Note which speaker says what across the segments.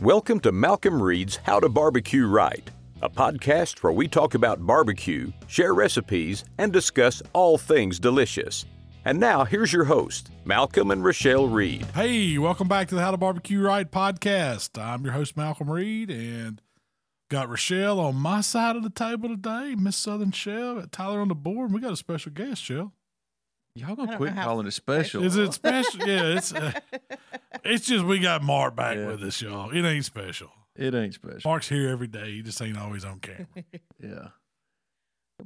Speaker 1: Welcome to Malcolm Reed's How to Barbecue Right, a podcast where we talk about barbecue, share recipes, and discuss all things delicious. And now here's your host, Malcolm and Rochelle Reed.
Speaker 2: Hey, welcome back to the How to Barbecue Right podcast. I'm your host, Malcolm Reed, and got Rochelle on my side of the table today, Miss Southern Shell, got Tyler on the board, and we got a special guest, Shell.
Speaker 3: Y'all
Speaker 4: I
Speaker 3: gonna
Speaker 4: don't
Speaker 3: quit
Speaker 4: know how
Speaker 3: calling it special?
Speaker 2: Is it special? yeah, it's uh, it's just we got Mark back
Speaker 3: Yeah.
Speaker 2: with us, y'all. It ain't special.
Speaker 3: It ain't special.
Speaker 2: Mark's here every day. He just ain't always on camera.
Speaker 3: Yeah.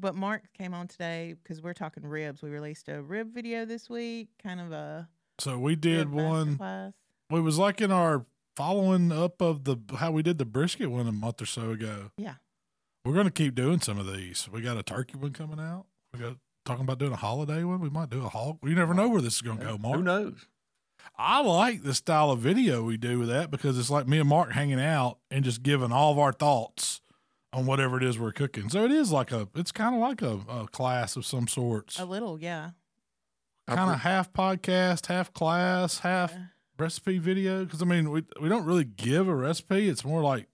Speaker 4: But Mark came on today because we're talking ribs. We released a rib video this week, kind of a
Speaker 2: So we
Speaker 4: rib
Speaker 2: did one.
Speaker 4: masterclass.
Speaker 2: It was like in our following up of the how we did the brisket one a month or so ago.
Speaker 4: Yeah.
Speaker 2: We're gonna keep doing some of these. We got a turkey one coming out. We got talking about doing a holiday one. We might do a hog. You never know where this is gonna go,
Speaker 3: Who
Speaker 2: Mark.
Speaker 3: knows?
Speaker 2: I like the style of video we do with that because it's like me and Mark hanging out and just giving all of our thoughts on whatever it is we're cooking. So it is like a, it's kind of like a, a class of some sorts,
Speaker 4: A little, yeah.
Speaker 3: I
Speaker 2: kind of
Speaker 3: put-
Speaker 2: half podcast, half class, half
Speaker 4: Yeah.
Speaker 2: recipe video because I mean we we don't really give a recipe. It's more like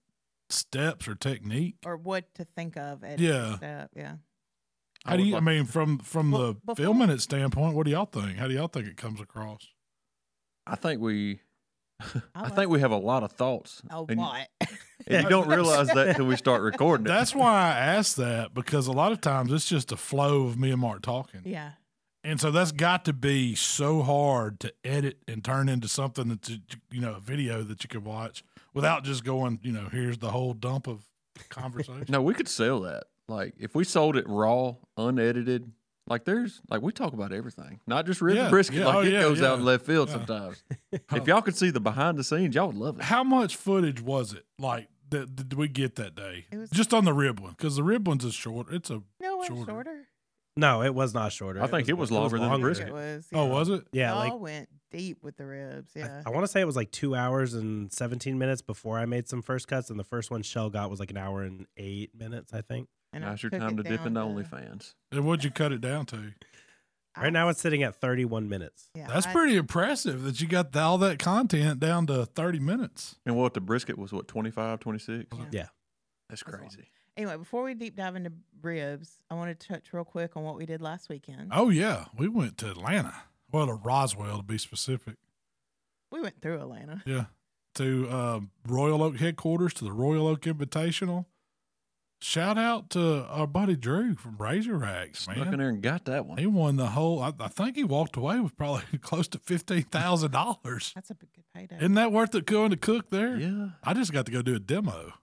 Speaker 2: steps or technique.
Speaker 4: Or what to think of at
Speaker 2: Yeah.
Speaker 4: each step. Yeah.
Speaker 2: How do
Speaker 3: would
Speaker 2: you? I
Speaker 3: like-
Speaker 2: mean, from from
Speaker 4: Well,
Speaker 2: the
Speaker 4: before-
Speaker 2: filming it standpoint, what do y'all think? How do y'all think it comes across?
Speaker 3: I think we. I,
Speaker 4: like
Speaker 3: think we have a lot of thoughts.
Speaker 4: A
Speaker 3: and,
Speaker 4: lot.
Speaker 3: and you don't realize that till we start recording it.
Speaker 2: That's why I asked that because a lot of times it's just a flow of me and Mark talking,
Speaker 4: yeah.
Speaker 2: and so that's got to be so hard to edit and turn into something that's a- you know a video that you could watch without just going you know here's the whole dump of conversation.
Speaker 3: no, we could sell that. Like if we sold it raw, unedited. Like there's like we talk about everything, not just rib
Speaker 2: Yeah,
Speaker 3: and brisket.
Speaker 2: yeah,
Speaker 3: Like
Speaker 2: oh,
Speaker 3: it
Speaker 2: yeah,
Speaker 3: goes
Speaker 2: yeah,
Speaker 3: out in left field
Speaker 2: yeah.
Speaker 3: sometimes. if y'all could see the behind the scenes, y'all would love it.
Speaker 2: How much footage was it? Like that did we get that day?
Speaker 4: It was-
Speaker 2: Just on the rib one because the rib one's a short. It's a oh,
Speaker 4: No, it's
Speaker 2: Shorter.
Speaker 4: shorter.
Speaker 5: No, it was not shorter.
Speaker 3: I think it was longer than the
Speaker 4: I think
Speaker 3: brisket.
Speaker 4: It was.
Speaker 2: oh was it?
Speaker 5: Yeah,
Speaker 4: Y'all
Speaker 5: like
Speaker 4: went deep with the ribs.
Speaker 5: I-
Speaker 4: Yeah.
Speaker 5: I, want to say it was like two hours and seventeen minutes before I made some first cuts, and the first one Shell got was like an hour and eight minutes, I think.
Speaker 4: and I
Speaker 3: Now's your
Speaker 4: took
Speaker 3: time to
Speaker 4: it
Speaker 3: dip
Speaker 4: down
Speaker 3: into
Speaker 4: to-
Speaker 3: OnlyFans.
Speaker 2: And what'd you cut it down to?
Speaker 4: I-
Speaker 5: Right now it's sitting at thirty-one minutes.
Speaker 4: yeah,
Speaker 2: That's
Speaker 4: I-
Speaker 2: pretty impressive that you got all that content down to thirty minutes.
Speaker 3: And what the brisket was what 25, 26?
Speaker 4: Yeah.
Speaker 5: Yeah.
Speaker 3: That's
Speaker 4: That's a lot.
Speaker 3: crazy.
Speaker 4: Anyway, before we deep dive into ribs, I want to touch real quick on what we did last weekend.
Speaker 2: Oh yeah, we went to Atlanta. Well, to Roswell to be specific.
Speaker 4: We went through Atlanta.
Speaker 2: Yeah, to uh, Royal Oak headquarters to the Royal Oak Invitational. Shout out to our buddy Drew from Razor Racks, man.
Speaker 3: Snuck in there and got that one.
Speaker 2: He won the whole. I, I think he walked away with probably close to fifteen thousand dollars.
Speaker 4: That's a b- good payday.
Speaker 2: Isn't that worth it going to cook there?
Speaker 3: Yeah.
Speaker 2: I just got to go do a demo.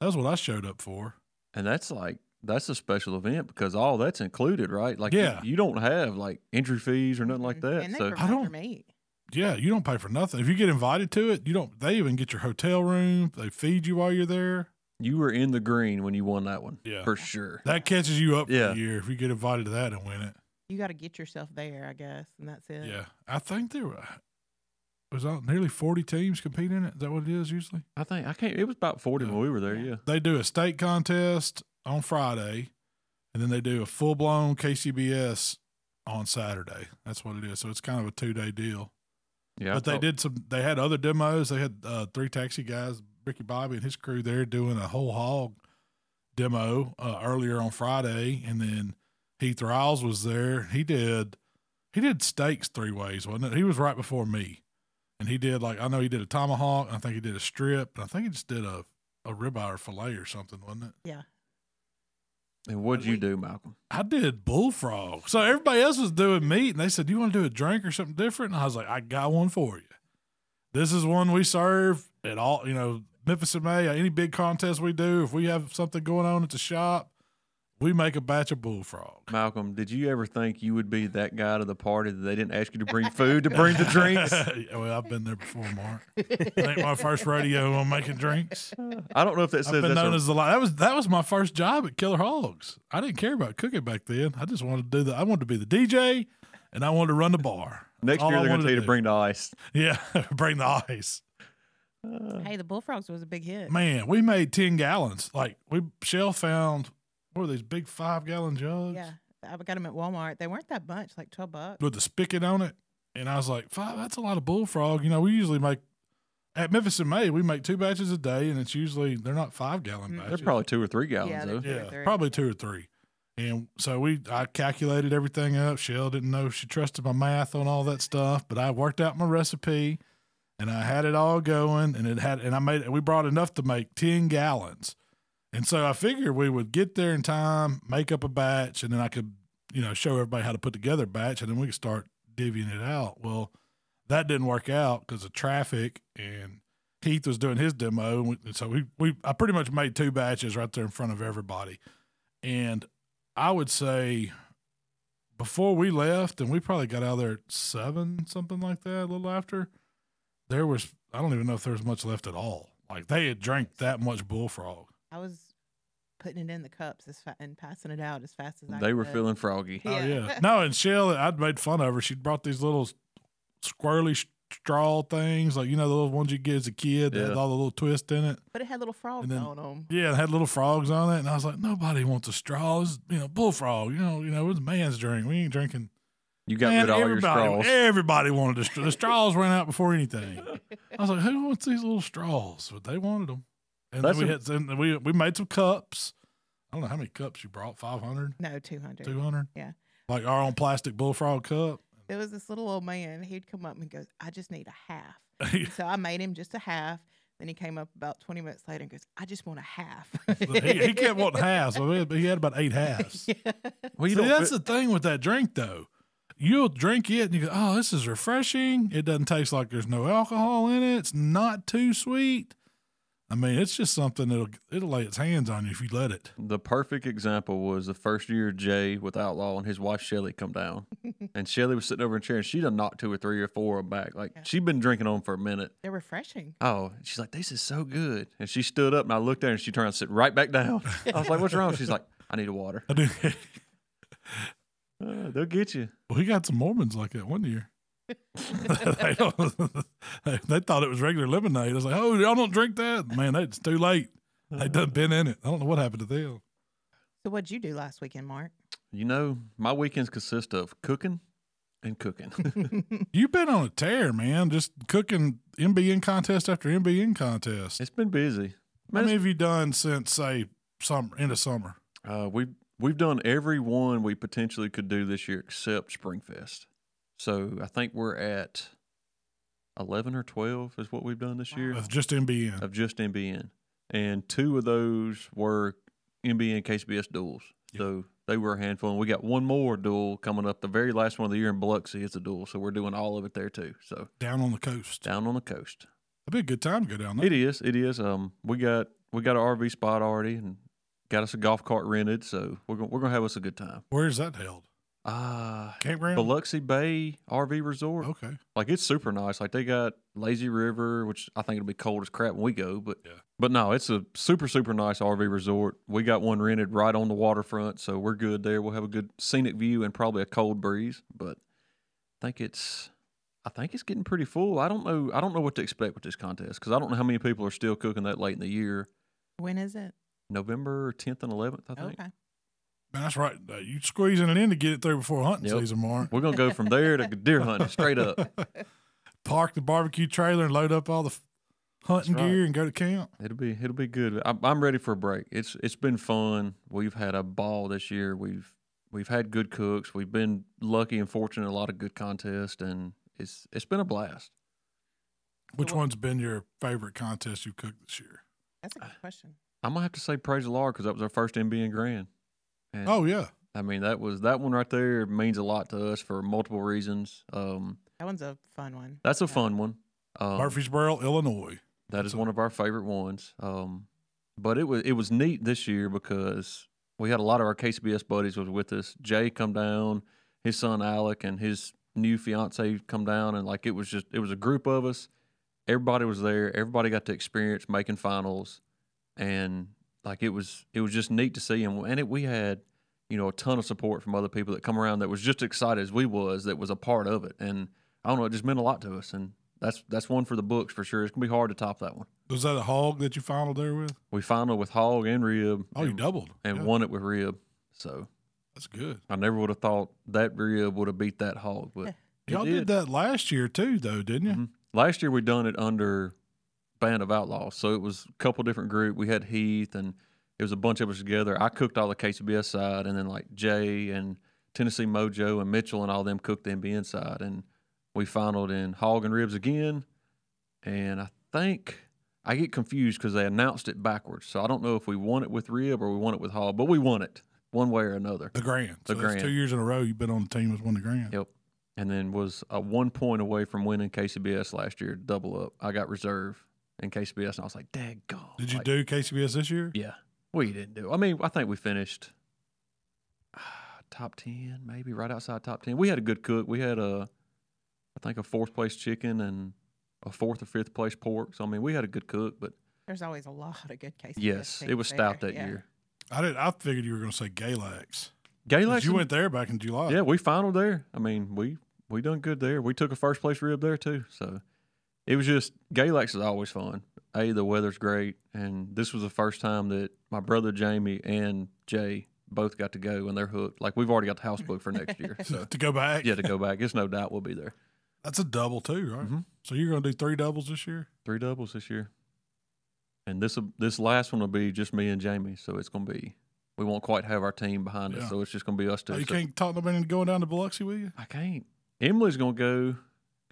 Speaker 2: That's what I showed up for.
Speaker 3: And that's like that's a special event because all that's included, right? Like you-
Speaker 2: Yeah.
Speaker 3: you, don't have like entry fees or nothing like
Speaker 4: Mhm.
Speaker 3: that.
Speaker 4: And they
Speaker 3: So
Speaker 4: provide your
Speaker 2: don't-
Speaker 4: meat.
Speaker 2: Yeah, you don't pay for nothing. If you get invited to it, you don't. They even get your hotel room. They feed you while you're there.
Speaker 3: you were in the green when you won that one.
Speaker 2: Yeah.
Speaker 3: For sure.
Speaker 2: That catches you up
Speaker 3: Yeah.
Speaker 2: for a year if you get invited to that and win it.
Speaker 4: You got to get yourself there, I guess, and that's it.
Speaker 2: Yeah, I think there were was all, nearly forty teams competing. in it. Is that what it is usually?
Speaker 3: I think I can't it was about forty when we were there,
Speaker 4: Yeah.
Speaker 3: yeah.
Speaker 2: they do a state contest on Friday, and then they do a full blown KCBS on Saturday. That's what it is. So it's kind of a two day deal.
Speaker 3: Yeah. I
Speaker 2: but they
Speaker 3: thought-
Speaker 2: did some. They had other demos. They had uh, three taxi guys, Ricky Bobby and his crew, there doing a whole hog demo uh, earlier on Friday, and then Heath Riles was there. He did he did steaks three ways, wasn't it? He was right before me, and he did like I know he did a tomahawk. and I think he did a strip, and I think he just did a a ribeye or fillet or something, wasn't it?
Speaker 4: Yeah.
Speaker 3: And what'd you do, Malcolm?
Speaker 2: I did bullfrog. So everybody else was doing meat, and they said, "Do you want to do a drink or something different?" And I was like, "I got one for you. This is one we serve at all. You know, Memphis in May. Any big contest we do, if we have something going on at the shop, we make a batch of bullfrog.
Speaker 3: Malcolm, did you ever think you would be that guy to the party that they didn't ask you to bring food to bring the drinks?
Speaker 2: Yeah, well, I've been there before, Mark. I think my first rodeo on making drinks.
Speaker 3: I don't know if that
Speaker 2: I've
Speaker 3: says
Speaker 2: been
Speaker 3: that's
Speaker 2: known
Speaker 3: a-
Speaker 2: as the li That was that was my first job at Killer Hogs. I didn't care about cooking back then. I just wanted to do the. I wanted to be the DJ, and I wanted to run the bar. That's
Speaker 3: next
Speaker 2: all
Speaker 3: year
Speaker 2: I
Speaker 3: they're gonna
Speaker 2: wanted
Speaker 3: tell you to
Speaker 2: do.
Speaker 3: bring the ice.
Speaker 2: Yeah, bring the ice.
Speaker 3: Uh,
Speaker 4: Hey, the bullfrogs was a big hit.
Speaker 2: Man, we made 10 gallons. Like, we Shell found, what are these big five gallon jugs?
Speaker 4: yeah, I got them at Walmart. They weren't that much, like twelve bucks.
Speaker 2: With the spigot on it. And I was like, five, that's a lot of bullfrog. You know, we usually make At Memphis in May, we make two batches a day, and it's usually they're not five gallon
Speaker 4: Mm.
Speaker 2: batches.
Speaker 3: They're probably two or three gallons
Speaker 4: Yeah,
Speaker 3: though.
Speaker 4: they're- two or
Speaker 2: yeah,
Speaker 4: three.
Speaker 2: probably two or three. And so we, I calculated everything up. Shell didn't know she trusted my math on all that stuff, but I worked out my recipe, and I had it all going, and it had, and I made, we brought enough to make ten gallons, and so I figured we would get there in time, make up a batch, and then I could, you know, show everybody how to put together a batch, and then we could start divvying it out. Well, that didn't work out because of traffic and Heath was doing his demo, and we- and so we we I pretty much made two batches right there in front of everybody, and I would say before we left, and we probably got out of there at seven something like that, a little after. There was I don't even know if there was much left at all. Like they had drank that much bullfrog.
Speaker 4: I was putting it in the cups as fa- and passing it out as fast as I
Speaker 3: They were
Speaker 4: could.
Speaker 3: feeling froggy.
Speaker 2: Oh
Speaker 4: Yeah.
Speaker 2: yeah, no, and Shell, I'd made fun of her. She'd brought these little squirrely s- straw things, like you know the little ones you get as a kid that had
Speaker 3: Yeah.
Speaker 2: all the little twist in it.
Speaker 4: But it had little frogs
Speaker 2: then-
Speaker 4: on them.
Speaker 2: Yeah, it had little frogs on it, and I was like, nobody wants a straw. This is, you know, bullfrog. You know, you know, it's man's drink. We ain't drinking.
Speaker 3: You got rid of all your
Speaker 2: everybody,
Speaker 3: straws.
Speaker 2: everybody wanted a straw. The straws ran out before anything. I was like, who wants these little straws? But they wanted them, and then
Speaker 3: That's
Speaker 2: we
Speaker 3: a-
Speaker 2: had, and we we made some cups. I don't know how many cups you brought. 500,
Speaker 4: No, 200.
Speaker 2: 200?
Speaker 4: Yeah.
Speaker 2: Like our own plastic bullfrog cup.
Speaker 4: There was this little old man. He'd come up and goes, I just need a half. so I made him just a half. Then he came up about 20 minutes later and goes, I just want a half.
Speaker 2: he, he kept wanting halves, but he- but he had about eight halves.
Speaker 3: Well, you
Speaker 2: See,
Speaker 3: don't
Speaker 2: that's
Speaker 3: fit-
Speaker 2: the thing with that drink, though. You'll drink it and you go, oh, this is refreshing. It doesn't taste like there's no alcohol in it. It's not too sweet. I mean, it's just something that'll it'll lay its hands on you if you let it.
Speaker 3: The perfect example was the first year Jay with Outlaw and his wife Shelly come down. and Shelly was sitting over in a chair and she done knocked two or three or four of 'em back. Like
Speaker 4: Yeah.
Speaker 3: she'd been drinking on for a minute.
Speaker 4: They're refreshing.
Speaker 3: Oh, and she's like, this is so good. And she stood up and I looked at her and she turned and sit right back down. I was like, what's wrong? She's like, I need a water.
Speaker 2: I do.
Speaker 3: Uh, they'll get you.
Speaker 2: we got some Mormons like that one year. they, don't- they- they thought it was regular lemonade. I was like, oh, y'all don't drink that? Man, that's too late. They done been in it. I don't know what happened to them.
Speaker 4: So what'd you do last weekend, Mark?
Speaker 3: You know, my weekends consist of cooking and cooking.
Speaker 2: You've been on a tear, man. Just cooking MBN contest after MBN contest.
Speaker 3: it's been busy.
Speaker 2: How
Speaker 3: Man,
Speaker 2: many have you done since say summer end of summer?
Speaker 3: Uh, we we've done every one we potentially could do this year except Springfest. So I think we're at eleven or twelve is what we've done this year
Speaker 4: Wow.
Speaker 2: With just MBN.
Speaker 3: of just NBN, and two of those were NBN KCBS duels. So they were a handful, and we got one more duel coming up. The very last one of the year in Biloxi is a duel, so we're doing all of it there too. So
Speaker 2: Down on the coast.
Speaker 3: down on the coast.
Speaker 2: It'd be a good time to go down there.
Speaker 3: It is. It is. Um, we got we got our RV spot already, and got us a golf cart rented. So we're gonna, we're gonna have us a good time.
Speaker 2: Where's that held?
Speaker 3: Ah,
Speaker 2: Campground?
Speaker 3: Biloxi Bay RV Resort.
Speaker 2: Okay.
Speaker 3: Like it's super nice. Like they got Lazy River, which I think it'll be cold as crap when we go, but
Speaker 2: Yeah.
Speaker 3: but no, it's a super super nice RV resort. We got one rented right on the waterfront, so we're good there. We'll have a good scenic view and probably a cold breeze, but I think it's I think it's getting pretty full. I don't know I don't know what to expect with this contest cuz I don't know how many people are still cooking that late in the year.
Speaker 4: When is it?
Speaker 3: November 10th and 11th, I think.
Speaker 4: Okay.
Speaker 2: Man, that's right. Uh, You squeezing it in to get it through before hunting
Speaker 3: Yep.
Speaker 2: season, Mark.
Speaker 3: We're going to go from there to deer hunting straight up.
Speaker 2: Park the barbecue trailer and load up all the f- hunting
Speaker 3: That's right.
Speaker 2: gear and go to camp.
Speaker 3: It'll be it'll be good. I'm, I'm ready for a break. It's it's been fun. We've had a ball this year. We've we've had good cooks. We've been lucky and fortunate. in A lot of good contests, and it's it's been a blast.
Speaker 2: Which
Speaker 4: what-
Speaker 2: one's been your favorite contest you cooked this year?
Speaker 4: That's a good question.
Speaker 3: I'm gonna have to say praise the Lord because that was our first NBN Grand. And,
Speaker 2: Oh yeah.
Speaker 3: I mean that was that one right there means a lot to us for multiple reasons. Um,
Speaker 4: That one's a fun one.
Speaker 3: that's a
Speaker 4: Yeah.
Speaker 3: fun one. Um,
Speaker 2: Murfreesboro, Illinois.
Speaker 3: That is
Speaker 2: So-
Speaker 3: one of our favorite ones. Um, but it was it was neat this year because we had a lot of our KCBS buddies was with us. Jay come down, his son Alec and his new fiance come down, and like it was just it was a group of us. Everybody was there. Everybody got to experience making finals, and like it was it was just neat to see. And and it, we had you know a ton of support from other people that come around that was just excited as we was that was a part of it. And I don't know, it just meant a lot to us. And that's that's one for the books for sure. It's gonna be hard to top that one.
Speaker 2: Was that a hog that you finaled there with?
Speaker 3: We final with hog and rib.
Speaker 2: Oh, you
Speaker 3: and,
Speaker 2: doubled.
Speaker 3: and
Speaker 2: Yeah,
Speaker 3: won it with rib. So
Speaker 2: That's good.
Speaker 3: I never would have thought that rib would have beat that hog, but it
Speaker 2: Y'all did.
Speaker 3: did. Mm-hmm.
Speaker 2: that last year too, though, didn't you?
Speaker 3: Mhm. Last year we done it under band of outlaws. So it was a couple different group. We had Heath and it was a bunch of us together. I cooked all the KCBS side, and then like Jay and Tennessee Mojo and Mitchell and all them cooked the NBN side, and we finaled in hog and ribs again. And I think I get confused because they announced it backwards, so I don't know if we won it with rib or we won it with hog, but we won it one way or another.
Speaker 2: The grand.
Speaker 3: The
Speaker 2: So that's
Speaker 3: grand.
Speaker 2: two years in a row you've been on the team with one of the grand.
Speaker 3: Yep. And then was uh, one point away from winning KCBS last year, double up. I got reserve in KCBS, and I was like, "Daggone!"
Speaker 2: Did you
Speaker 3: Like,
Speaker 2: do KCBS this year?
Speaker 3: Yeah, we didn't do. I mean, I think we finished ah, top ten, maybe right outside top ten. We had a good cook. We had a, I think a fourth place chicken and a fourth or fifth place pork. So I mean, we had a good cook. But
Speaker 4: There's always a lot of good cases.
Speaker 3: yes, it was stout that year.
Speaker 2: I did. I figured you were going to say Galax.
Speaker 3: Galax,
Speaker 2: 'Cause You went there back in July.
Speaker 3: yeah, we finaled there. I mean, we we done good there. We took a first place rib there too. So it was just Galax is always fun. A the weather's great, and this was the first time that my brother Jamie and Jay both got to go, and they're hooked. Like we've already got the house booked for next year.
Speaker 2: So to go back.
Speaker 3: yeah, to go back, it's no doubt we'll be there.
Speaker 2: That's a double too, right?
Speaker 3: Mhm.
Speaker 2: So you're going to do three doubles this year?
Speaker 3: Three doubles this year, and this this last one will be just me and Jamie. So it's gonna be we won't quite have our team behind
Speaker 2: Yeah.
Speaker 3: us, so it's just gonna be us two.
Speaker 2: Oh, you
Speaker 3: So-
Speaker 2: can't talk nobody into going down to Biloxi with you?
Speaker 3: I can't. Emily's gonna go.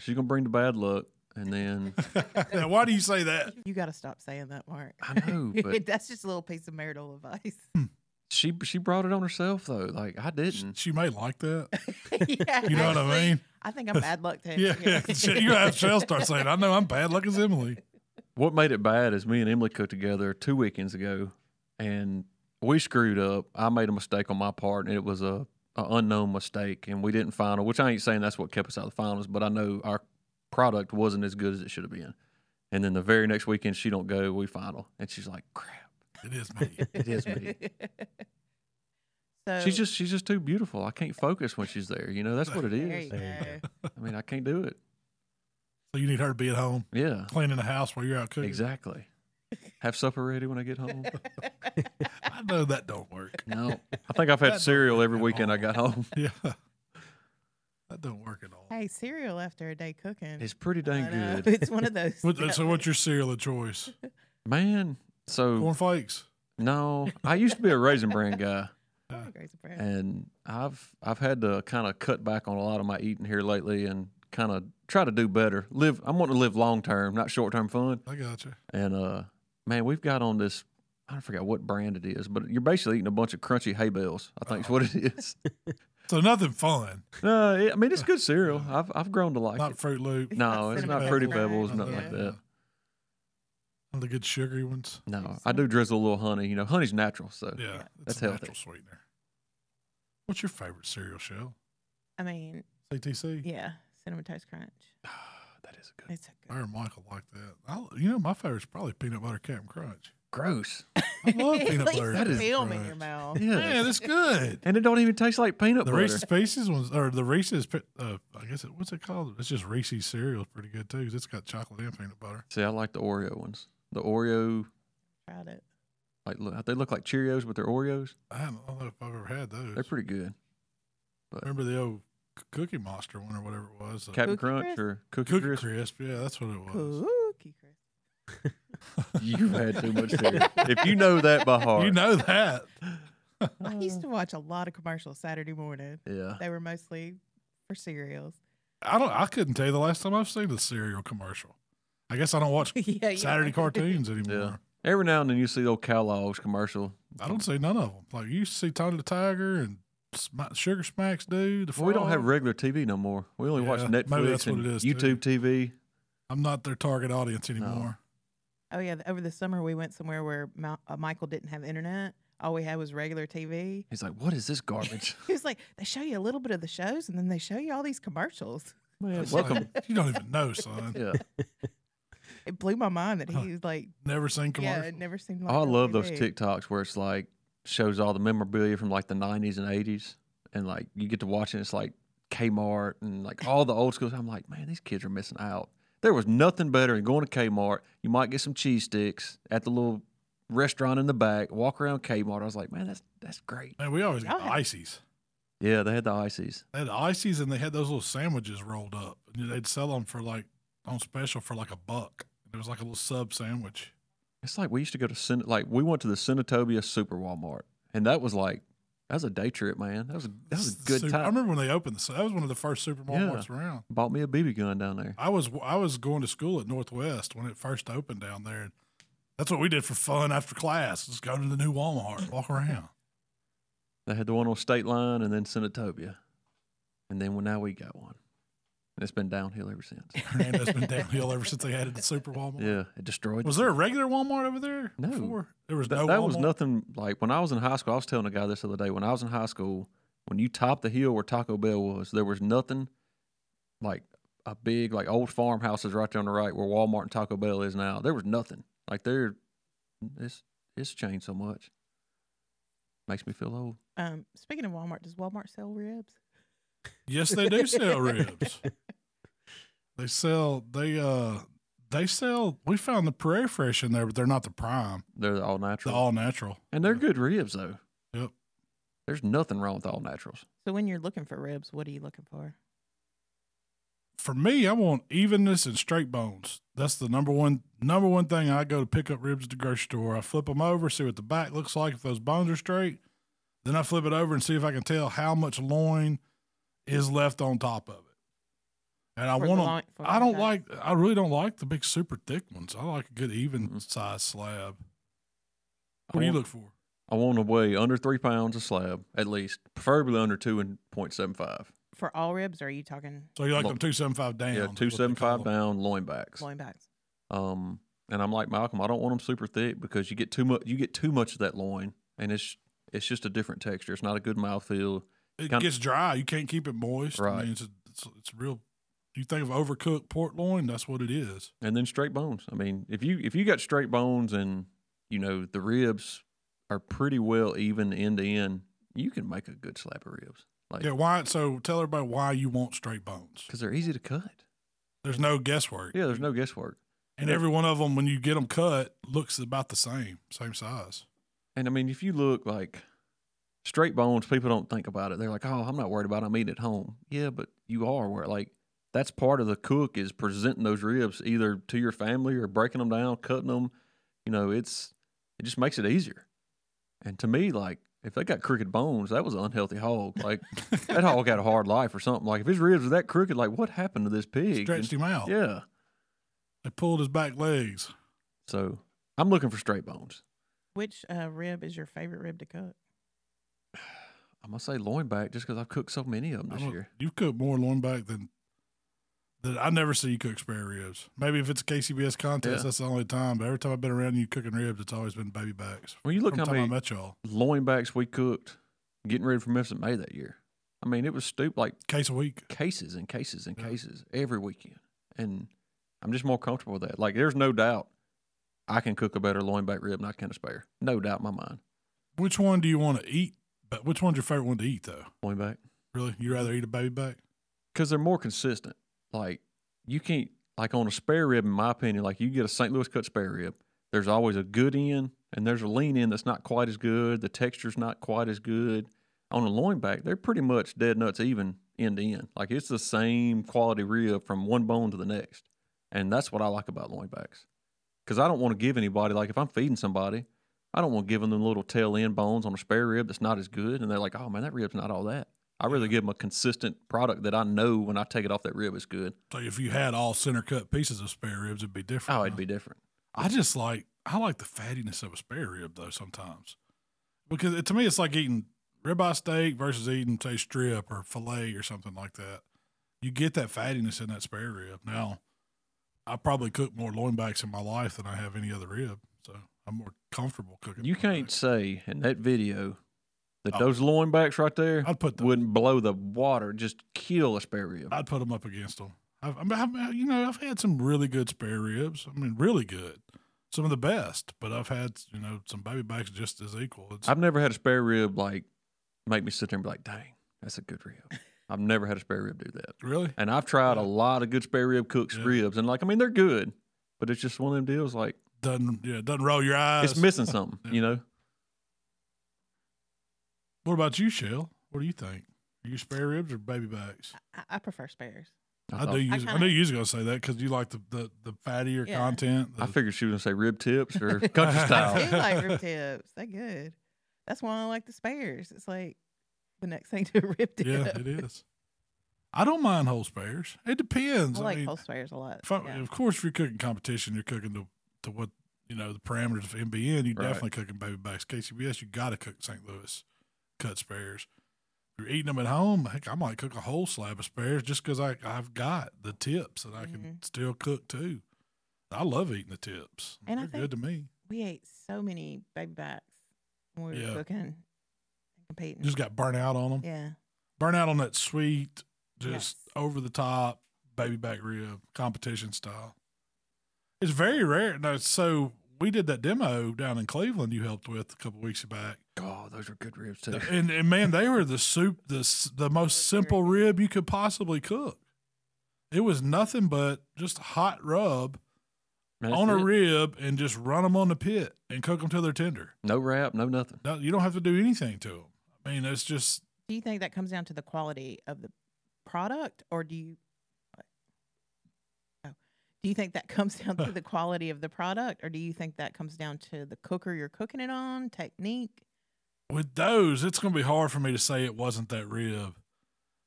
Speaker 3: She's gonna bring the bad luck, and then
Speaker 2: now, why do you say that?
Speaker 4: You got to stop saying that, Mark.
Speaker 3: I know, but-
Speaker 4: That's just a little piece of marital advice.
Speaker 3: she she brought it on herself though. Like I didn't.
Speaker 2: She may like that.
Speaker 4: yeah,
Speaker 2: You know what I
Speaker 4: actually,
Speaker 2: mean?
Speaker 4: I think I'm bad luck to
Speaker 2: Yeah.
Speaker 4: him.
Speaker 2: you have Shell start saying, I know I'm bad luck as Emily.
Speaker 3: What made it bad is me and Emily cooked together two weekends ago, and we screwed up. I made a mistake on my part, and it was a, a unknown mistake, and we didn't final. Which I ain't saying that's what kept us out of the finals, but I know our product wasn't as good as it should have been. And then the very next weekend, she don't go. We final, and she's like, "Crap."
Speaker 2: It is me.
Speaker 3: It is me.
Speaker 4: so Oh.
Speaker 3: She's just she's just too beautiful. I can't focus when she's there. You know that's what it
Speaker 4: there
Speaker 3: is.
Speaker 4: you
Speaker 5: There
Speaker 4: go.
Speaker 3: I mean, I can't do it.
Speaker 2: So you need her to be at home
Speaker 3: Yeah,
Speaker 2: cleaning the house while you're out cooking.
Speaker 3: exactly. Have supper ready when I get home.
Speaker 2: I know that don't work.
Speaker 3: No, I think
Speaker 2: That
Speaker 3: I've had
Speaker 2: don't
Speaker 3: cereal
Speaker 2: work
Speaker 3: every
Speaker 2: at
Speaker 3: weekend I
Speaker 2: all.
Speaker 3: got home.
Speaker 2: Yeah. That don't work at all.
Speaker 4: Hey, cereal after a day cooking.
Speaker 3: It's pretty
Speaker 4: I
Speaker 3: dang
Speaker 4: know,
Speaker 3: good,
Speaker 4: It's one of those.
Speaker 2: What,
Speaker 4: that-
Speaker 2: so what's your cereal of choice?
Speaker 3: man. So
Speaker 2: Corn flakes.
Speaker 3: no, I used to be a raisin bran guy,
Speaker 4: I like Raisin Bran.
Speaker 3: and I've I've had to kind of cut back on a lot of my eating here lately, and kind of try to do better. Live, I'm wanting to live long term, not short term fun.
Speaker 2: I got you.
Speaker 3: And uh, man, we've got on this. I don't forget what brand it is, but you're basically eating a bunch of crunchy hay bales. I think is what it
Speaker 2: Oh.
Speaker 3: is.
Speaker 2: So nothing fun.
Speaker 3: no, it, I mean it's good cereal. I've I've grown to like
Speaker 2: Not
Speaker 3: it.
Speaker 2: Fruit Loop.
Speaker 3: No, it's
Speaker 4: Cinnamon
Speaker 3: not Fruity Pebbles,
Speaker 4: Pebbles, right?
Speaker 3: nothing
Speaker 4: Yeah.
Speaker 3: like that.
Speaker 2: One of the good sugary ones.
Speaker 3: No, I do drizzle a little honey. You know, honey's natural, so
Speaker 2: Yeah,
Speaker 4: Yeah.
Speaker 2: it's a
Speaker 3: That's healthy.
Speaker 2: natural sweetener. What's your favorite cereal shell?
Speaker 4: I mean,
Speaker 2: CTC.
Speaker 4: yeah, cinnamon toast crunch.
Speaker 3: that is a good.
Speaker 4: It's a
Speaker 2: I
Speaker 4: good.
Speaker 2: heard Michael like that. I, you know, my favorite's probably peanut butter Captain Crunch.
Speaker 3: Gross.
Speaker 2: I love
Speaker 4: At
Speaker 2: peanut
Speaker 4: least
Speaker 2: butter.
Speaker 4: the
Speaker 3: That is
Speaker 4: film in
Speaker 2: Crunch.
Speaker 4: your mouth.
Speaker 2: Yeah,
Speaker 3: Yeah,
Speaker 2: that's good.
Speaker 3: and it don't even taste like peanut
Speaker 2: The
Speaker 3: butter.
Speaker 2: Reese's Pieces ones, or the Reese's, Pe- uh, I guess it, what's it called? It's just Reese's cereal. is pretty good too. 'cause it's got chocolate and peanut butter.
Speaker 3: See, I like the Oreo ones. The Oreo,
Speaker 4: Tried it.
Speaker 3: like look, they look like Cheerios, but they're Oreos.
Speaker 2: I don't know if I've ever had those.
Speaker 3: They're pretty good.
Speaker 2: Remember the old C- Cookie Monster one or whatever it was? The
Speaker 3: Captain
Speaker 4: Cookie
Speaker 3: Crunch
Speaker 4: Crisp?
Speaker 3: or Cookie,
Speaker 2: Cookie
Speaker 3: Crisp.
Speaker 2: Crisp. Yeah, that's what it was.
Speaker 4: Cookie crisp.
Speaker 3: You've had too much cereal. if you know that by heart,
Speaker 2: You know that.
Speaker 4: I used to
Speaker 3: Uh.
Speaker 4: watch a lot of commercials Saturday morning.
Speaker 3: Yeah.
Speaker 4: They were mostly for cereals.
Speaker 2: I don't. I couldn't tell you the last time I've seen a cereal commercial. I guess I don't watch
Speaker 4: yeah, you
Speaker 2: Saturday
Speaker 4: know.
Speaker 2: cartoons anymore.
Speaker 3: Every now and then you see the old Kellogg's commercial.
Speaker 2: I don't see none of them. Like you used to see Tony the Tiger and Sm- Sugar Smacks do. The
Speaker 3: Well, we don't have
Speaker 2: Frog.
Speaker 3: regular TV no more. We only watch
Speaker 2: Yeah, maybe that's what
Speaker 3: Netflix and
Speaker 2: it is, too.
Speaker 3: YouTube TV.
Speaker 2: I'm not their target audience anymore.
Speaker 4: Oh yeah, th- over the summer we went somewhere where Ma- uh, Michael didn't have internet. All we had was regular TV.
Speaker 3: He's like, "What is this garbage?"
Speaker 4: He was like, they show you a little bit of the shows, and then they show you all these commercials.
Speaker 3: Man,
Speaker 2: It's
Speaker 3: welcome.
Speaker 2: like, you don't even know, son.
Speaker 3: yeah.
Speaker 4: It blew my mind that
Speaker 2: Huh.
Speaker 4: he was like,
Speaker 2: Never seen
Speaker 4: yeah,
Speaker 2: commercials.
Speaker 4: it never seemed like.
Speaker 3: Oh, I
Speaker 4: real
Speaker 3: love those
Speaker 4: TV.
Speaker 3: TikToks where it's like shows all the memorabilia from like the '90s and '80s, and like you get to watch it. It's like Kmart and like all the old schools. I'm like, man, these kids are missing out. There was nothing better than going to Kmart. You might get some cheese sticks at the little restaurant in the back. Walk around Kmart. I was like, man, that's that's great.
Speaker 2: Man, we always got
Speaker 4: Y'all
Speaker 2: the
Speaker 4: have-
Speaker 2: ices.
Speaker 3: Yeah, they had the ices.
Speaker 2: They had the ices and they had those little sandwiches rolled up. And they'd sell them for like on special for like a buck. It was like a little sub sandwich.
Speaker 3: It's like we used to go to Sen- like we went to the Senatobia Super Walmart, and that was like that was a day trip, man. That was a, that was a good
Speaker 2: Super-
Speaker 3: time.
Speaker 2: I remember when they opened this. That was one of the first supermarkets around.
Speaker 3: Bought me a BB gun down there.
Speaker 2: I was I was going to school at Northwest when it first opened down there. and That's what we did for fun after class. Just go to the new Walmart, walk around.
Speaker 3: They had the one on State Line, and then Senatobia, and then well, now we got one, and it's been downhill ever since.
Speaker 2: Hernando's been downhill ever since they added the Super Walmart.
Speaker 3: yeah, it destroyed.
Speaker 2: Was there a regular Walmart over there?
Speaker 3: No.
Speaker 2: Before? There was
Speaker 3: That,
Speaker 2: no
Speaker 3: that
Speaker 2: Walmart.
Speaker 3: was nothing like when I was in high school. I was telling a guy this the other day. When I was in high school, when you topped the hill where Taco Bell was, there was nothing like a big like old farmhouses right there on the right where Walmart and Taco Bell is now. There was nothing like there. It's it's changed so much. Makes me feel old.
Speaker 4: Um, speaking of Walmart, does Walmart sell ribs?
Speaker 2: Yes, they do sell ribs. They sell they uh they sell we found the prairie fresh in there, but they're not the prime.
Speaker 3: They're the all
Speaker 2: The
Speaker 3: natural,
Speaker 2: all natural.
Speaker 3: and they're good ribs though.
Speaker 2: Yep.
Speaker 3: There's nothing wrong with all naturals.
Speaker 4: So when you're looking for ribs, what are you looking for?
Speaker 2: For me, I want evenness and straight bones. That's the number one number one thing I go to pick up ribs at the grocery store. I flip them over, see what the back looks like if those bones are straight. Then I flip it over and see if I can tell how much loin is left on top of it. And I
Speaker 4: For the
Speaker 2: want 'em-
Speaker 4: loin- for
Speaker 2: I
Speaker 4: loin
Speaker 2: don't
Speaker 4: size.
Speaker 2: like. I really don't like the big, super thick ones. I like a good, even
Speaker 3: Mhm.
Speaker 2: size slab.
Speaker 3: I
Speaker 2: What do you
Speaker 3: want-
Speaker 2: look for?
Speaker 3: I want to weigh under three pounds a slab at least, preferably under two and point seven five.
Speaker 4: For all ribs, or are you talking
Speaker 2: So you like
Speaker 3: Look.
Speaker 2: them two seven five down?
Speaker 3: Yeah,
Speaker 2: is what they
Speaker 3: two seven
Speaker 2: call
Speaker 3: five
Speaker 2: them.
Speaker 3: down loin backs.
Speaker 4: loin backs?
Speaker 3: Um, and I'm like Malcolm, I don't want them super thick because you get too much. You get too much of that loin, and it's it's just a different texture. It's not a good mouthfeel.
Speaker 2: It
Speaker 3: Kinda-
Speaker 2: gets dry. You can't keep it moist. I
Speaker 3: Right.
Speaker 2: mean, it's, a, it's it's real. You think of overcooked pork loin? That's what it is.
Speaker 3: And then straight bones. I mean, if you if you got straight bones and you know the ribs are pretty well even end to end, you can make a good slab of ribs. Like
Speaker 2: Yeah. Why? So tell everybody why you want straight bones.
Speaker 3: because they're easy to cut.
Speaker 2: There's no guesswork.
Speaker 3: Yeah, there's no guesswork.
Speaker 2: And every one of them, when you get them cut, looks about the same, same size.
Speaker 3: And I mean, if you look like straight bones, people don't think about it. They're like, "Oh, I'm not worried about. It. I'm eating at home." Yeah, but you are worried. Like that's part of the cook is presenting those ribs either to your family or breaking them down, cutting them. You know, it's it just makes it easier. And to me, like if they got crooked bones, that was an unhealthy hog. Like that hog had a hard life or something. Like if his ribs were that crooked, like what happened to this pig?
Speaker 2: Stretched him out.
Speaker 3: Yeah.
Speaker 2: They pulled his back legs.
Speaker 3: So I'm looking for straight bones.
Speaker 4: Which uh, rib is your favorite rib to cook?
Speaker 3: I'm gonna say loin back just because I've cooked so many of them this
Speaker 2: I'm a-
Speaker 3: year.
Speaker 2: You've cooked more loin back than that. I never see you cook spare ribs. Maybe if it's a KCBS contest,
Speaker 3: Yeah.
Speaker 2: that's the only time. But every time I've been around you cooking ribs, it's always been baby backs.
Speaker 3: When you look
Speaker 2: From
Speaker 3: how
Speaker 2: the time
Speaker 3: many
Speaker 2: I met y'all,
Speaker 3: loin backs we cooked getting ready for Memphis in May that year. I mean, it was stupid, like
Speaker 2: case a week.
Speaker 3: cases and cases and
Speaker 2: Yeah.
Speaker 3: cases every weekend. And I'm just more comfortable with that. Like, there's no doubt I can cook a better loin back rib than I can a spare. No doubt in my mind.
Speaker 2: Which one do you want to eat? But which one's your favorite one to eat though?
Speaker 3: Loin back.
Speaker 2: Really, you rather eat a baby back?
Speaker 3: Because they're more consistent. Like, you can't, like, on a spare rib, in my opinion, like, you get a St. Louis cut spare rib, there's always a good end and there's a lean end that's not quite as good. The texture's not quite as good. on a loin back, they're pretty much dead nuts even end to end. Like it's the same quality rib from one bone to the next. And that's what I like about loin backs. Because I don't want to give anybody, like if I'm feeding somebody, I don't want to give them them little tail end bones on a spare rib that's not as good. And they're like, oh man, that rib's not all that. I really give them a consistent product that I know when I take it off that rib is good.
Speaker 2: So if you had all center cut pieces of spare ribs, it'd be different.
Speaker 3: Oh, it'd
Speaker 2: huh?
Speaker 3: be different.
Speaker 2: I just like I like the fattiness of a spare rib though sometimes, because it, to me it's like eating ribeye steak versus eating say strip or fillet or something like that. You get that fattiness in that spare rib. Now, I probably cook more loin backs in my life than I have any other rib, so I'm more comfortable cooking.
Speaker 3: You
Speaker 2: loin
Speaker 3: can't
Speaker 2: backs.
Speaker 3: say in that video that
Speaker 2: Oh.
Speaker 3: those loin backs right there
Speaker 2: I'd put them.
Speaker 3: wouldn't blow the water, just kill a spare rib.
Speaker 2: I'd put them up against them. I've, I mean, I've, you know, I've had some really good spare ribs. I mean, really good. Some of the best, but I've had, you know, some baby backs just as equal. It's,
Speaker 3: I've never had a spare rib like make me sit there and be like, dang, that's a good rib. I've never had a spare rib do that.
Speaker 2: really?
Speaker 3: And I've tried
Speaker 2: Yeah.
Speaker 3: a lot of good spare rib cooks
Speaker 2: Yeah.
Speaker 3: ribs. And like, I mean, they're good, but it's just one of them deals like
Speaker 2: Doesn't, yeah, doesn't roll your eyes.
Speaker 3: it's missing something,
Speaker 2: Yeah.
Speaker 3: you know?
Speaker 2: What about you, Shell? What do you think? Are you spare ribs or baby backs?
Speaker 4: I, I prefer spares.
Speaker 2: I,
Speaker 3: thought-
Speaker 2: do. Use, I,
Speaker 4: kinda-
Speaker 2: knew you was gonna say that because you like the the, the fattier
Speaker 4: Yeah.
Speaker 2: content. the-
Speaker 3: I figured she was gonna say rib tips or country
Speaker 4: I
Speaker 3: style.
Speaker 4: do like rib tips. They're good. That's why I like the spares. It's like the next thing to a rib tip.
Speaker 2: yeah, it is. I don't mind whole spares. It depends.
Speaker 4: I like
Speaker 2: mean,
Speaker 4: whole spares a lot.
Speaker 2: if I-
Speaker 4: yeah.
Speaker 2: Of course, if you're cooking competition, you're cooking to to what you know the parameters of MBN. You're
Speaker 3: Right.
Speaker 2: definitely cooking baby backs. KCBS, you got to cook St. Louis cut spares. If you're eating them at home, heck, I might cook a whole slab of spares just because I I've got the tips that I can
Speaker 4: Mhm.
Speaker 2: still cook too. I love eating the tips.
Speaker 4: And I
Speaker 2: They're good to me.
Speaker 4: We ate so many baby backs when we were
Speaker 2: Yeah.
Speaker 4: cooking and competing.
Speaker 2: Just got burnt out on them.
Speaker 4: yeah.
Speaker 2: Burn out on that sweet, just
Speaker 4: Yes.
Speaker 2: over the top baby back rib competition style. It's very rare. No, so we did that demo down in Cleveland. You helped with a couple weeks back,
Speaker 3: Oh, those are good ribs too.
Speaker 2: and, and man, they were the soup, the s- the most simple rib you could possibly cook. It was nothing but just hot rub
Speaker 3: That's
Speaker 2: on a
Speaker 3: it.
Speaker 2: rib and just run them on the pit and cook them till they're tender.
Speaker 3: No wrap, no nothing.
Speaker 2: No, you don't have to do anything to them. I mean, it's just
Speaker 4: Do you think that comes down to the quality of the product, or do you? what? Oh. Do you think that comes down to the quality of the product, or do you think that comes down to the cooker you're cooking it on, technique?
Speaker 2: with those, it's going to be hard for me to say it wasn't that rib.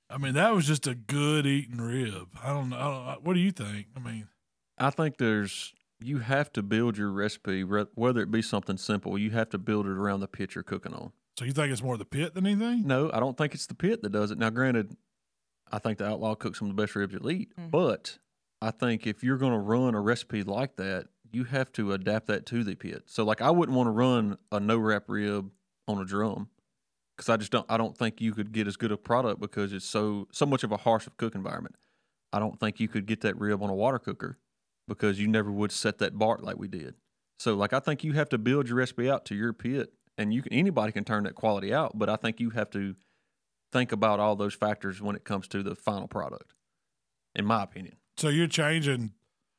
Speaker 2: I mean, that was just a good eating rib. I don't know. I don't- What do you think? I mean,
Speaker 3: I think there's you have to build your recipe re- whether it be something simple. You have to build it around the pit you're cooking on.
Speaker 2: so you think it's more the pit than anything?
Speaker 3: No, I don't think it's the pit that does it. Now, granted, I think the outlaw cooks some of the best ribs you'll eat,
Speaker 4: Mhm.
Speaker 3: but I think if you're going to run a recipe like that, you have to adapt that to the pit. So, like, I wouldn't want to run a no wrap rib on a drum because I just don't. I don't think you could get as good a product because it's so so much of a harsh of cook environment. I don't think you could get that rib on a water cooker because you never would set that bar like we did. So like I think you have to build your recipe out to your pit, and you can, anybody can turn that quality out, but I think you have to think about all those factors when it comes to the final product. In my opinion,
Speaker 2: So you're changing,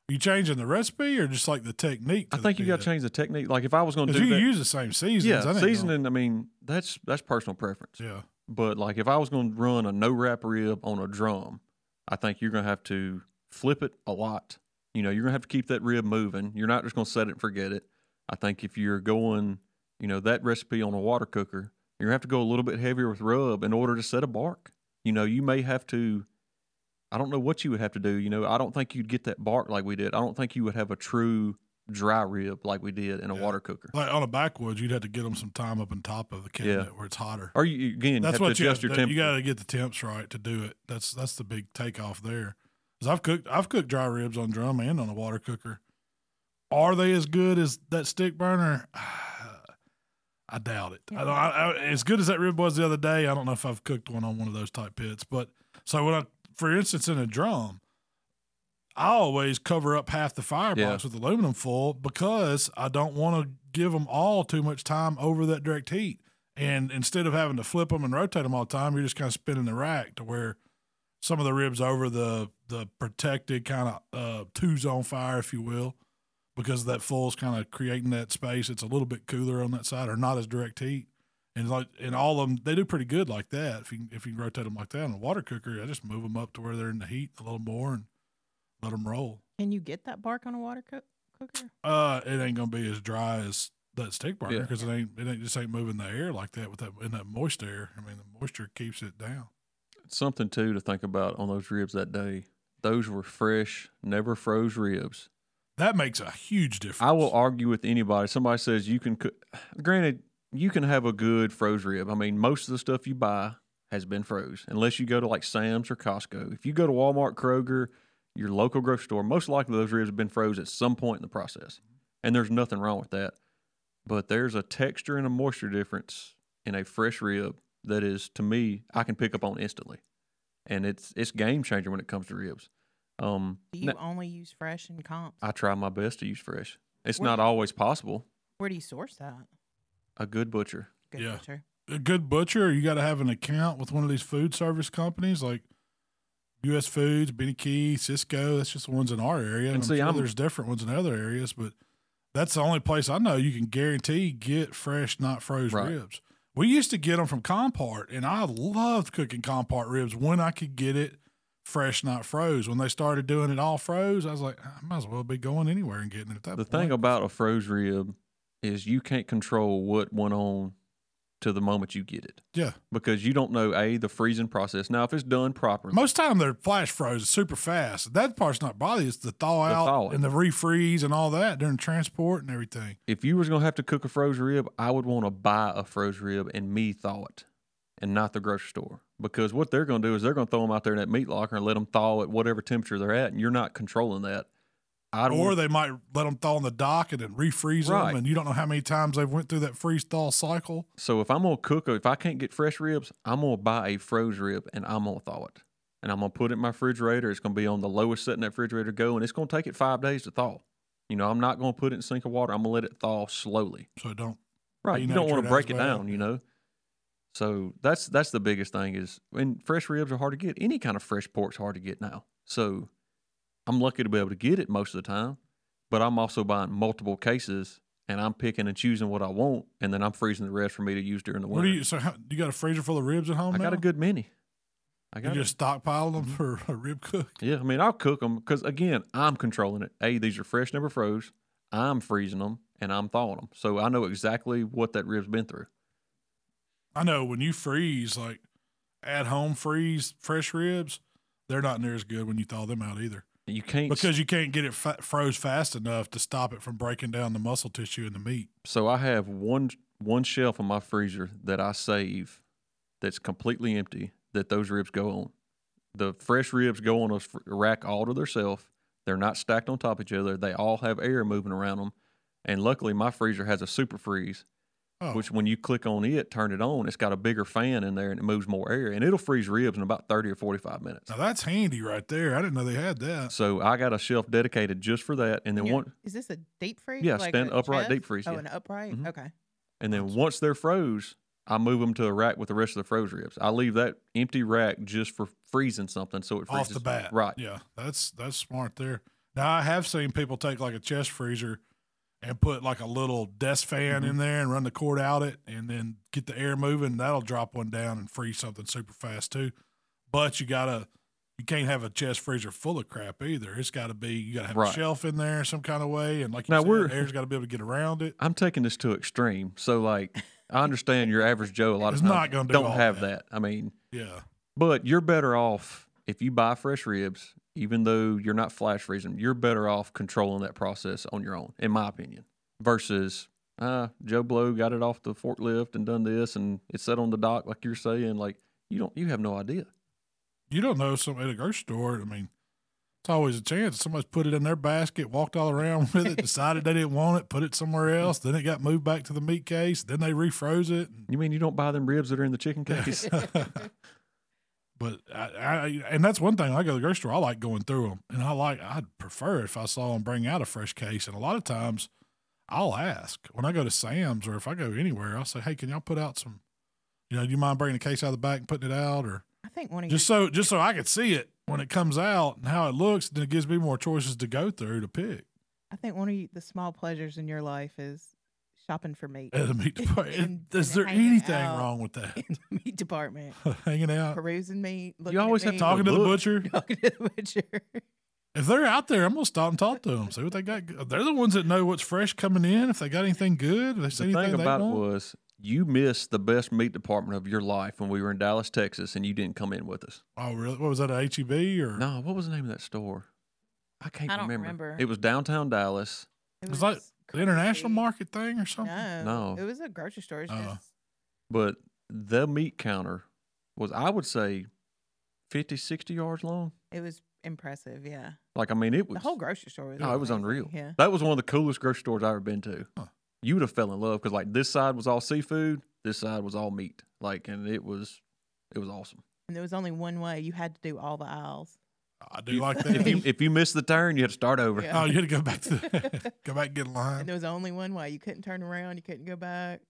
Speaker 2: you changing the recipe or just like the technique?
Speaker 3: I think you got to change the technique. Like if I was going to
Speaker 2: Because
Speaker 3: do
Speaker 2: you
Speaker 3: that,
Speaker 2: use the same seasons. I
Speaker 3: yeah,
Speaker 2: didn't know.
Speaker 3: seasoning. I mean, that's that's personal preference.
Speaker 2: Yeah.
Speaker 3: But like if I was going to run a no wrap rib on a drum, I think you're going to have to flip it a lot. You know, you're going to have to keep that rib moving. You're not just going to set it and forget it. I think if you're going, you know, that recipe on a water cooker, you're going to have to go a little bit heavier with rub in order to set a bark. You know, you may have to I don't know what you would have to do. You know, I don't think you'd get that bark like we did. I don't think you would have a true dry rib like we did in a
Speaker 2: Yeah.
Speaker 3: water cooker.
Speaker 2: Like on a backwoods, you'd have to get them some time up on top of the cabinet where it's hotter.
Speaker 3: Or you again you
Speaker 2: That's
Speaker 3: have
Speaker 2: what
Speaker 3: to
Speaker 2: you
Speaker 3: adjust your
Speaker 2: that-
Speaker 3: temperature.
Speaker 2: You got to get the temps right to do it. That's that's the big takeoff there. 'Cause I've cooked I've cooked dry ribs on drum and on a water cooker. Are they as good as that stick burner? I doubt it. I, don't- I, I, as good as that rib was the other day, I don't know if I've cooked one on one of those type pits. But so when I, for instance, in a drum, I always cover up half the firebox with aluminum foil because I don't want to give them all too much time over that direct heat. And instead of having to flip them and rotate them all the time, you're just kind of spinning the rack to where some of the ribs over the the protected kind of uh, two's on fire, if you will, because that foil's kind of creating that space. It's a little bit cooler on that side, or not as direct heat. And like and all of them, they do pretty good like that. If you can- if you can rotate them like that in a water cooker, I just move them up to where they're in the heat a little more and let them roll.
Speaker 4: Can you get that bark on a water cook- cooker?
Speaker 2: Uh, it ain't gonna be as dry as that steak burner
Speaker 3: Yeah.
Speaker 2: because it ain't it ain't just ain't moving the air like that with that in that moist air. I mean, the moisture keeps it down.
Speaker 3: something too to think about on those ribs that day. Those were fresh, never froze ribs.
Speaker 2: That makes a huge difference.
Speaker 3: I will argue with anybody. Somebody says you can cook. Granted, you can have a good froze rib. I mean, most of the stuff you buy has been froze, unless you go to like Sam's or Costco. If you go to Walmart, Kroger, your local grocery store, most likely those ribs have been froze at some point in the process. And there's nothing wrong with that. But there's a texture and a moisture difference in a fresh rib that is, to me, I can pick up on instantly. And it's it's game changer when it comes to ribs. Um,
Speaker 4: Do you
Speaker 3: no-
Speaker 4: only use fresh and comps?
Speaker 3: I try my best to use fresh. It's
Speaker 4: Where-
Speaker 3: not always possible.
Speaker 4: Where do you source that?
Speaker 3: A good butcher.
Speaker 4: Good
Speaker 2: Yeah.
Speaker 4: butcher.
Speaker 2: a good butcher, you got to have an account with one of these food service companies like U.S. Foods, Benny Key, Cisco. That's just the ones in our area. And,
Speaker 3: And
Speaker 2: I'm
Speaker 3: see,
Speaker 2: sure
Speaker 3: I'm-
Speaker 2: there's different ones in other areas, but that's the only place I know you can guarantee get fresh, not froze
Speaker 3: Right.
Speaker 2: ribs. We used to get them from Compart, and I loved cooking Compart ribs when I could get it fresh, not froze. When they started doing it all froze, I was like, "Ah, I might as well be going anywhere and getting it at that
Speaker 3: The
Speaker 2: point.
Speaker 3: thing about a froze rib is you can't control what went on to the moment you get it
Speaker 2: yeah.
Speaker 3: because you don't know a the freezing process. Now, if it's done properly,
Speaker 2: Most time they're flash froze super fast. That part's not bothering. you. It's the thaw
Speaker 3: The
Speaker 2: out
Speaker 3: thaw.
Speaker 2: and the refreeze and all that during transport and everything.
Speaker 3: if you was gonna have to cook a froze rib, I would want to buy a froze rib and me thaw it, and not the grocery store. Because what they're gonna do is they're gonna throw them out there in that meat locker and let them thaw at whatever temperature they're at, and you're not controlling that. I don't.
Speaker 2: Or they might let them thaw in the dock and then refreeze
Speaker 3: Right.
Speaker 2: them, and you don't know how many times they've went through that freeze thaw cycle.
Speaker 3: so if I'm gonna cook, if I can't get fresh ribs, I'm gonna buy a froze rib and I'm gonna thaw it, and I'm gonna put it in my refrigerator. It's gonna be on the lowest setting that refrigerator go, and it's gonna take it five days to thaw. You know, I'm not gonna put it in a sink of water. I'm gonna let it thaw slowly.
Speaker 2: So don't.
Speaker 3: Right. You
Speaker 2: know
Speaker 3: don't
Speaker 2: that
Speaker 3: want to
Speaker 2: your dad's
Speaker 3: break it
Speaker 2: bad.
Speaker 3: down, you know. So that's that's the biggest thing is and fresh ribs are hard to get. Any kind of fresh pork's hard to get now. So I'm lucky to be able to get it most of the time, but I'm also buying multiple cases and I'm picking and choosing what I want and then I'm freezing the rest for me to use during the
Speaker 2: What
Speaker 3: winter.
Speaker 2: do you? So how, you got a freezer full of ribs at home?
Speaker 3: I got
Speaker 2: now?
Speaker 3: a good many. I
Speaker 2: You
Speaker 3: got Mm-hmm.
Speaker 2: just stockpile them for a rib cook.
Speaker 3: Yeah, I mean, I'll cook them because again, I'm controlling it. A, these are fresh, never froze. I'm freezing them and I'm thawing them, so I know exactly what that rib's been through.
Speaker 2: I know when you freeze, like at home freeze fresh ribs, they're not near as good when you thaw them out either,
Speaker 3: You can't
Speaker 2: because you can't get it fa- froze fast enough to stop it from breaking down the muscle tissue in the meat.
Speaker 3: so I have one one shelf in my freezer that I save that's completely empty that those ribs go on. The fresh ribs go on a fr- rack all to themselves. They're not stacked on top of each other. They all have air moving around them. And luckily, my freezer has a super freeze,
Speaker 2: Oh,
Speaker 3: which when you click on it, turn it on, it's got a bigger fan in there and it moves more air. And it'll freeze ribs in about 30 or 45 minutes.
Speaker 2: now that's handy right there. I didn't know they had that.
Speaker 3: So I got a shelf dedicated just for that. And then
Speaker 4: Yeah.
Speaker 3: one,
Speaker 4: Is this a deep freeze?
Speaker 3: Yeah, stand
Speaker 4: a
Speaker 3: upright deep
Speaker 4: chest?
Speaker 3: freeze,
Speaker 4: Oh,
Speaker 3: yeah.
Speaker 4: an upright.
Speaker 3: Mhm.
Speaker 4: Okay.
Speaker 3: And then once they're froze, I move them to a rack with the rest of the froze ribs. I leave that empty rack just for freezing something, so it freezes
Speaker 2: Off the bat,
Speaker 3: Right.
Speaker 2: Yeah, that's that's smart there. Now I have seen people take like a chest freezer and put like a little desk fan
Speaker 3: Mm-hmm.
Speaker 2: in there and run the cord out it, and then get the air moving. That'll drop one down and freeze something super fast too. But you gotta you can't have a chest freezer full of crap either. It's got to be you got to have a
Speaker 3: Right.
Speaker 2: shelf in there some kind of way, and like you
Speaker 3: Now
Speaker 2: said,
Speaker 3: we're-
Speaker 2: air's got to be able to get around it.
Speaker 3: I'm taking this to extreme, so like I understand your average Joe a lot of
Speaker 2: It's
Speaker 3: times
Speaker 2: not gonna do
Speaker 3: don't
Speaker 2: all
Speaker 3: have
Speaker 2: that.
Speaker 3: that. I mean,
Speaker 2: Yeah,
Speaker 3: but you're better off if you buy fresh ribs, even though you're not flash freezing. You're better off controlling that process on your own, in my opinion, versus. Uh, Joe Blow got it off the forklift and done this, and it's set on the dock, like you're saying. Like you don't, you have no idea.
Speaker 2: you don't know some at a grocery store. I mean. It's always a chance. Somebody's put it in their basket, walked all around with it, decided they didn't want it, put it somewhere else. Then it got moved back to the meat case. Then they refroze it.
Speaker 3: You mean you don't buy them ribs that are in the chicken case?
Speaker 2: But I, I, and that's one thing. I go to the grocery store. I like going through them, and I like. I'd prefer if I saw them bring out a fresh case. And a lot of times, I'll ask when I go to Sam's or if I go anywhere. I'll say, "Hey, can y'all put out some? You know, do you mind bringing the case out of the back and putting it out, or
Speaker 4: I think one of
Speaker 2: just
Speaker 4: your
Speaker 2: so just so I could see it when it comes out and how it looks? Then it gives me more choices to go through to pick."
Speaker 4: I think one of you, the small pleasures in your life is shopping for meat
Speaker 2: And the meat department.
Speaker 4: And-
Speaker 2: Is
Speaker 4: and
Speaker 2: there
Speaker 4: hanging
Speaker 2: anything
Speaker 4: out.
Speaker 2: wrong with that?
Speaker 4: in the meat department,
Speaker 2: hanging out,
Speaker 4: perusing meat. Looking
Speaker 3: always
Speaker 4: at
Speaker 3: have
Speaker 4: meat,
Speaker 3: to
Speaker 2: talking to the
Speaker 3: Look.
Speaker 2: butcher.
Speaker 4: talking to the butcher.
Speaker 2: If they're out there, I'm gonna stop and talk to them. See what they got. They're the ones that know what's fresh coming in. If they got anything good, if they see
Speaker 3: the thing
Speaker 2: anything they
Speaker 3: about it
Speaker 2: want.
Speaker 3: was you missed the best meat department of your life when we were in Dallas, Texas, and you didn't come in with us.
Speaker 2: oh, really? What was that? A HEB or
Speaker 3: No, what was the name of that store? I can't
Speaker 4: I don't
Speaker 3: remember.
Speaker 4: remember.
Speaker 3: It was downtown Dallas.
Speaker 4: It
Speaker 2: It's like the international
Speaker 4: crazy.
Speaker 2: market thing or something?
Speaker 4: E No,
Speaker 3: No.
Speaker 4: it was a grocery store. It's
Speaker 2: Oh.
Speaker 4: just
Speaker 3: but the meat counter was i would say 50 60 yards long
Speaker 4: it was impressive. Yeah,
Speaker 3: like i mean it was
Speaker 4: the whole grocery store was.
Speaker 3: no, it was
Speaker 4: amazing,
Speaker 3: unreal
Speaker 4: Yeah,
Speaker 3: that was one of the coolest grocery stores i've ever been to
Speaker 2: Huh.
Speaker 3: you would have fell in love because like this side was all seafood this side was all meat like and it was it was awesome
Speaker 4: and there was only one way. You had to do all the aisles.
Speaker 2: I do like
Speaker 3: if
Speaker 2: that.
Speaker 3: you if you missed the turn you had to start over
Speaker 4: Yeah.
Speaker 2: oh, you had to go back to the, go back and get in line.
Speaker 4: And there was only one way. You couldn't turn around. You couldn't go back.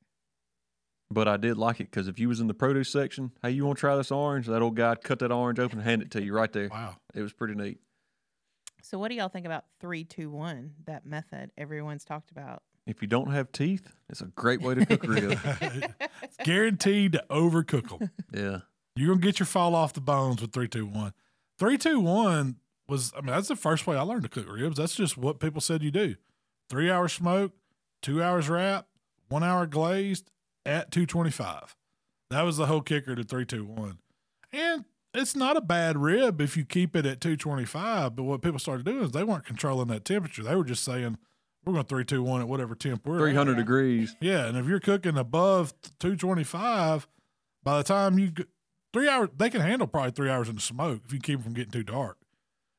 Speaker 3: But I did like it because if you was in the produce section, hey, you want to try this orange? That old guy cut that orange open and hand it to you right there.
Speaker 2: Wow.
Speaker 3: It was pretty neat.
Speaker 4: So, what do y'all think about three, two, one? That method everyone's talked about.
Speaker 3: If you don't have teeth, it's a great way to cook rib.
Speaker 2: It's guaranteed to overcook them.
Speaker 3: yeah.
Speaker 2: You're gonna get your fall off the bones with three, two, one. Three, two, one was. I mean, that's the first way I learned to cook ribs. That's just what people said you do. Three hours smoke, two hours wrap, one hour glazed at two twenty five. That was the whole kicker to three, two, one, and it's not a bad rib if you keep it at two twenty five. But what people started doing is they weren't controlling that temperature. They were just saying we're going three, two, one at whatever temp we're at.
Speaker 3: 300
Speaker 4: Yeah.
Speaker 3: degrees.
Speaker 2: Yeah, and if you're cooking above t- 225, by the time you g- three hours, they can handle probably three hours in the smoke if you keep them from getting too dark.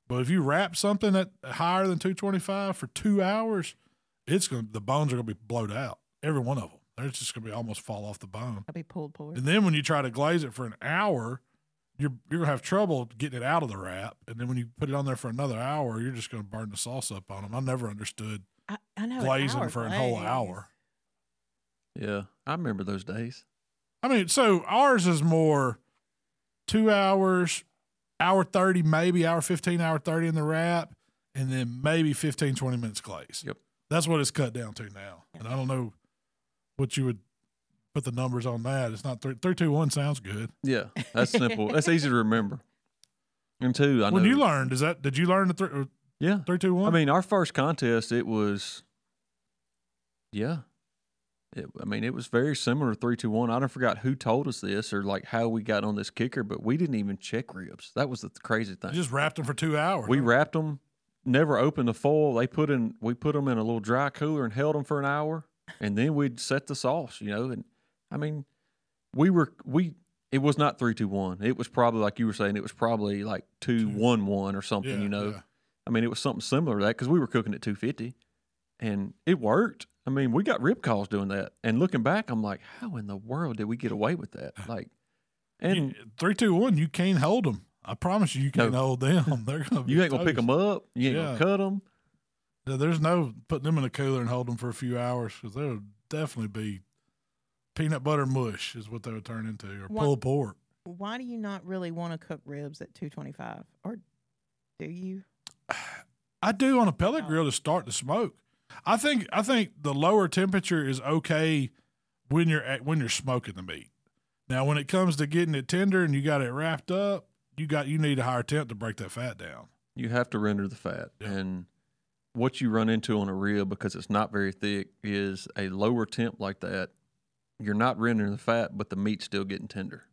Speaker 2: But if you wrap something at higher than 225 for two hours, it's gonna the bones are gonna be blowed out, every one of them. They're just gonna be almost fall off the bone.
Speaker 4: I'll be pulled pork.
Speaker 2: And then when you try to glaze it for an hour, you're you're gonna have trouble getting it out of the wrap. And then when you put it on there for another hour, you're just gonna burn the sauce up on them. I never understood
Speaker 4: I, I know an
Speaker 2: glazing
Speaker 4: hour
Speaker 2: for a whole
Speaker 4: glaze.
Speaker 2: hour.
Speaker 3: Yeah, I remember those days.
Speaker 2: I mean, so ours is more two hours, hour 30, maybe hour 15, hour 30 in the wrap, and then maybe 15, 20 minutes glaze.
Speaker 3: Yep.
Speaker 2: That's what it's cut down to now. And I don't know what you would put the numbers on that. It's not three, three, two, one sounds good.
Speaker 3: Yeah, that's simple. that's easy to remember. And two, I
Speaker 2: when
Speaker 3: know.
Speaker 2: you learned, is that, did you learn the three, or
Speaker 3: yeah,
Speaker 2: three, two, one?
Speaker 3: I mean, our first contest, it was, yeah. It, I mean, it was very similar to 321. I don't forgot who told us this or like how we got on this kicker, but we didn't even check ribs. That was the th- crazy
Speaker 2: you
Speaker 3: thing.
Speaker 2: just wrapped them for two hours.
Speaker 3: we wrapped them, never opened the foil. They put in, we put them in a little dry cooler and held them for an hour, and then we'd set the sauce, you know. And I mean, we were, we, it was not 321. It was probably like you were saying, it was probably like 211 or something,
Speaker 2: Yeah,
Speaker 3: you know.
Speaker 2: yeah.
Speaker 3: I mean, it was something similar to that because we were cooking at 250 and it worked. I mean, we got rib calls doing that. And looking back, I'm like, how in the world did we get away with that? Like,
Speaker 2: You-
Speaker 3: and
Speaker 2: three, two, one, you can't hold them. I promise you, you can't hold them. They're gonna. Be
Speaker 3: you ain't going to pick them up. You ain't
Speaker 2: Yeah.
Speaker 3: going to cut them.
Speaker 2: Yeah, There's no putting them in a cooler and holding them for a few hours because they would definitely be peanut butter mush is what they would turn into or
Speaker 4: Wha-
Speaker 2: pulled pork.
Speaker 4: Why do you not really want to cook ribs at 225? Or do you?
Speaker 2: I do on a pellet
Speaker 4: Oh.
Speaker 2: grill to start the smoke. I think I think the lower temperature is okay when you're at, when you're smoking the meat. Now when it comes to getting it tender and you got it wrapped up, you got you need a higher temp to break that fat down.
Speaker 3: You have to render the fat.
Speaker 2: Yeah.
Speaker 3: And what you run into on a rib because it's not very thick is a lower temp like that. You're not rendering the fat, but the meat's still getting tender.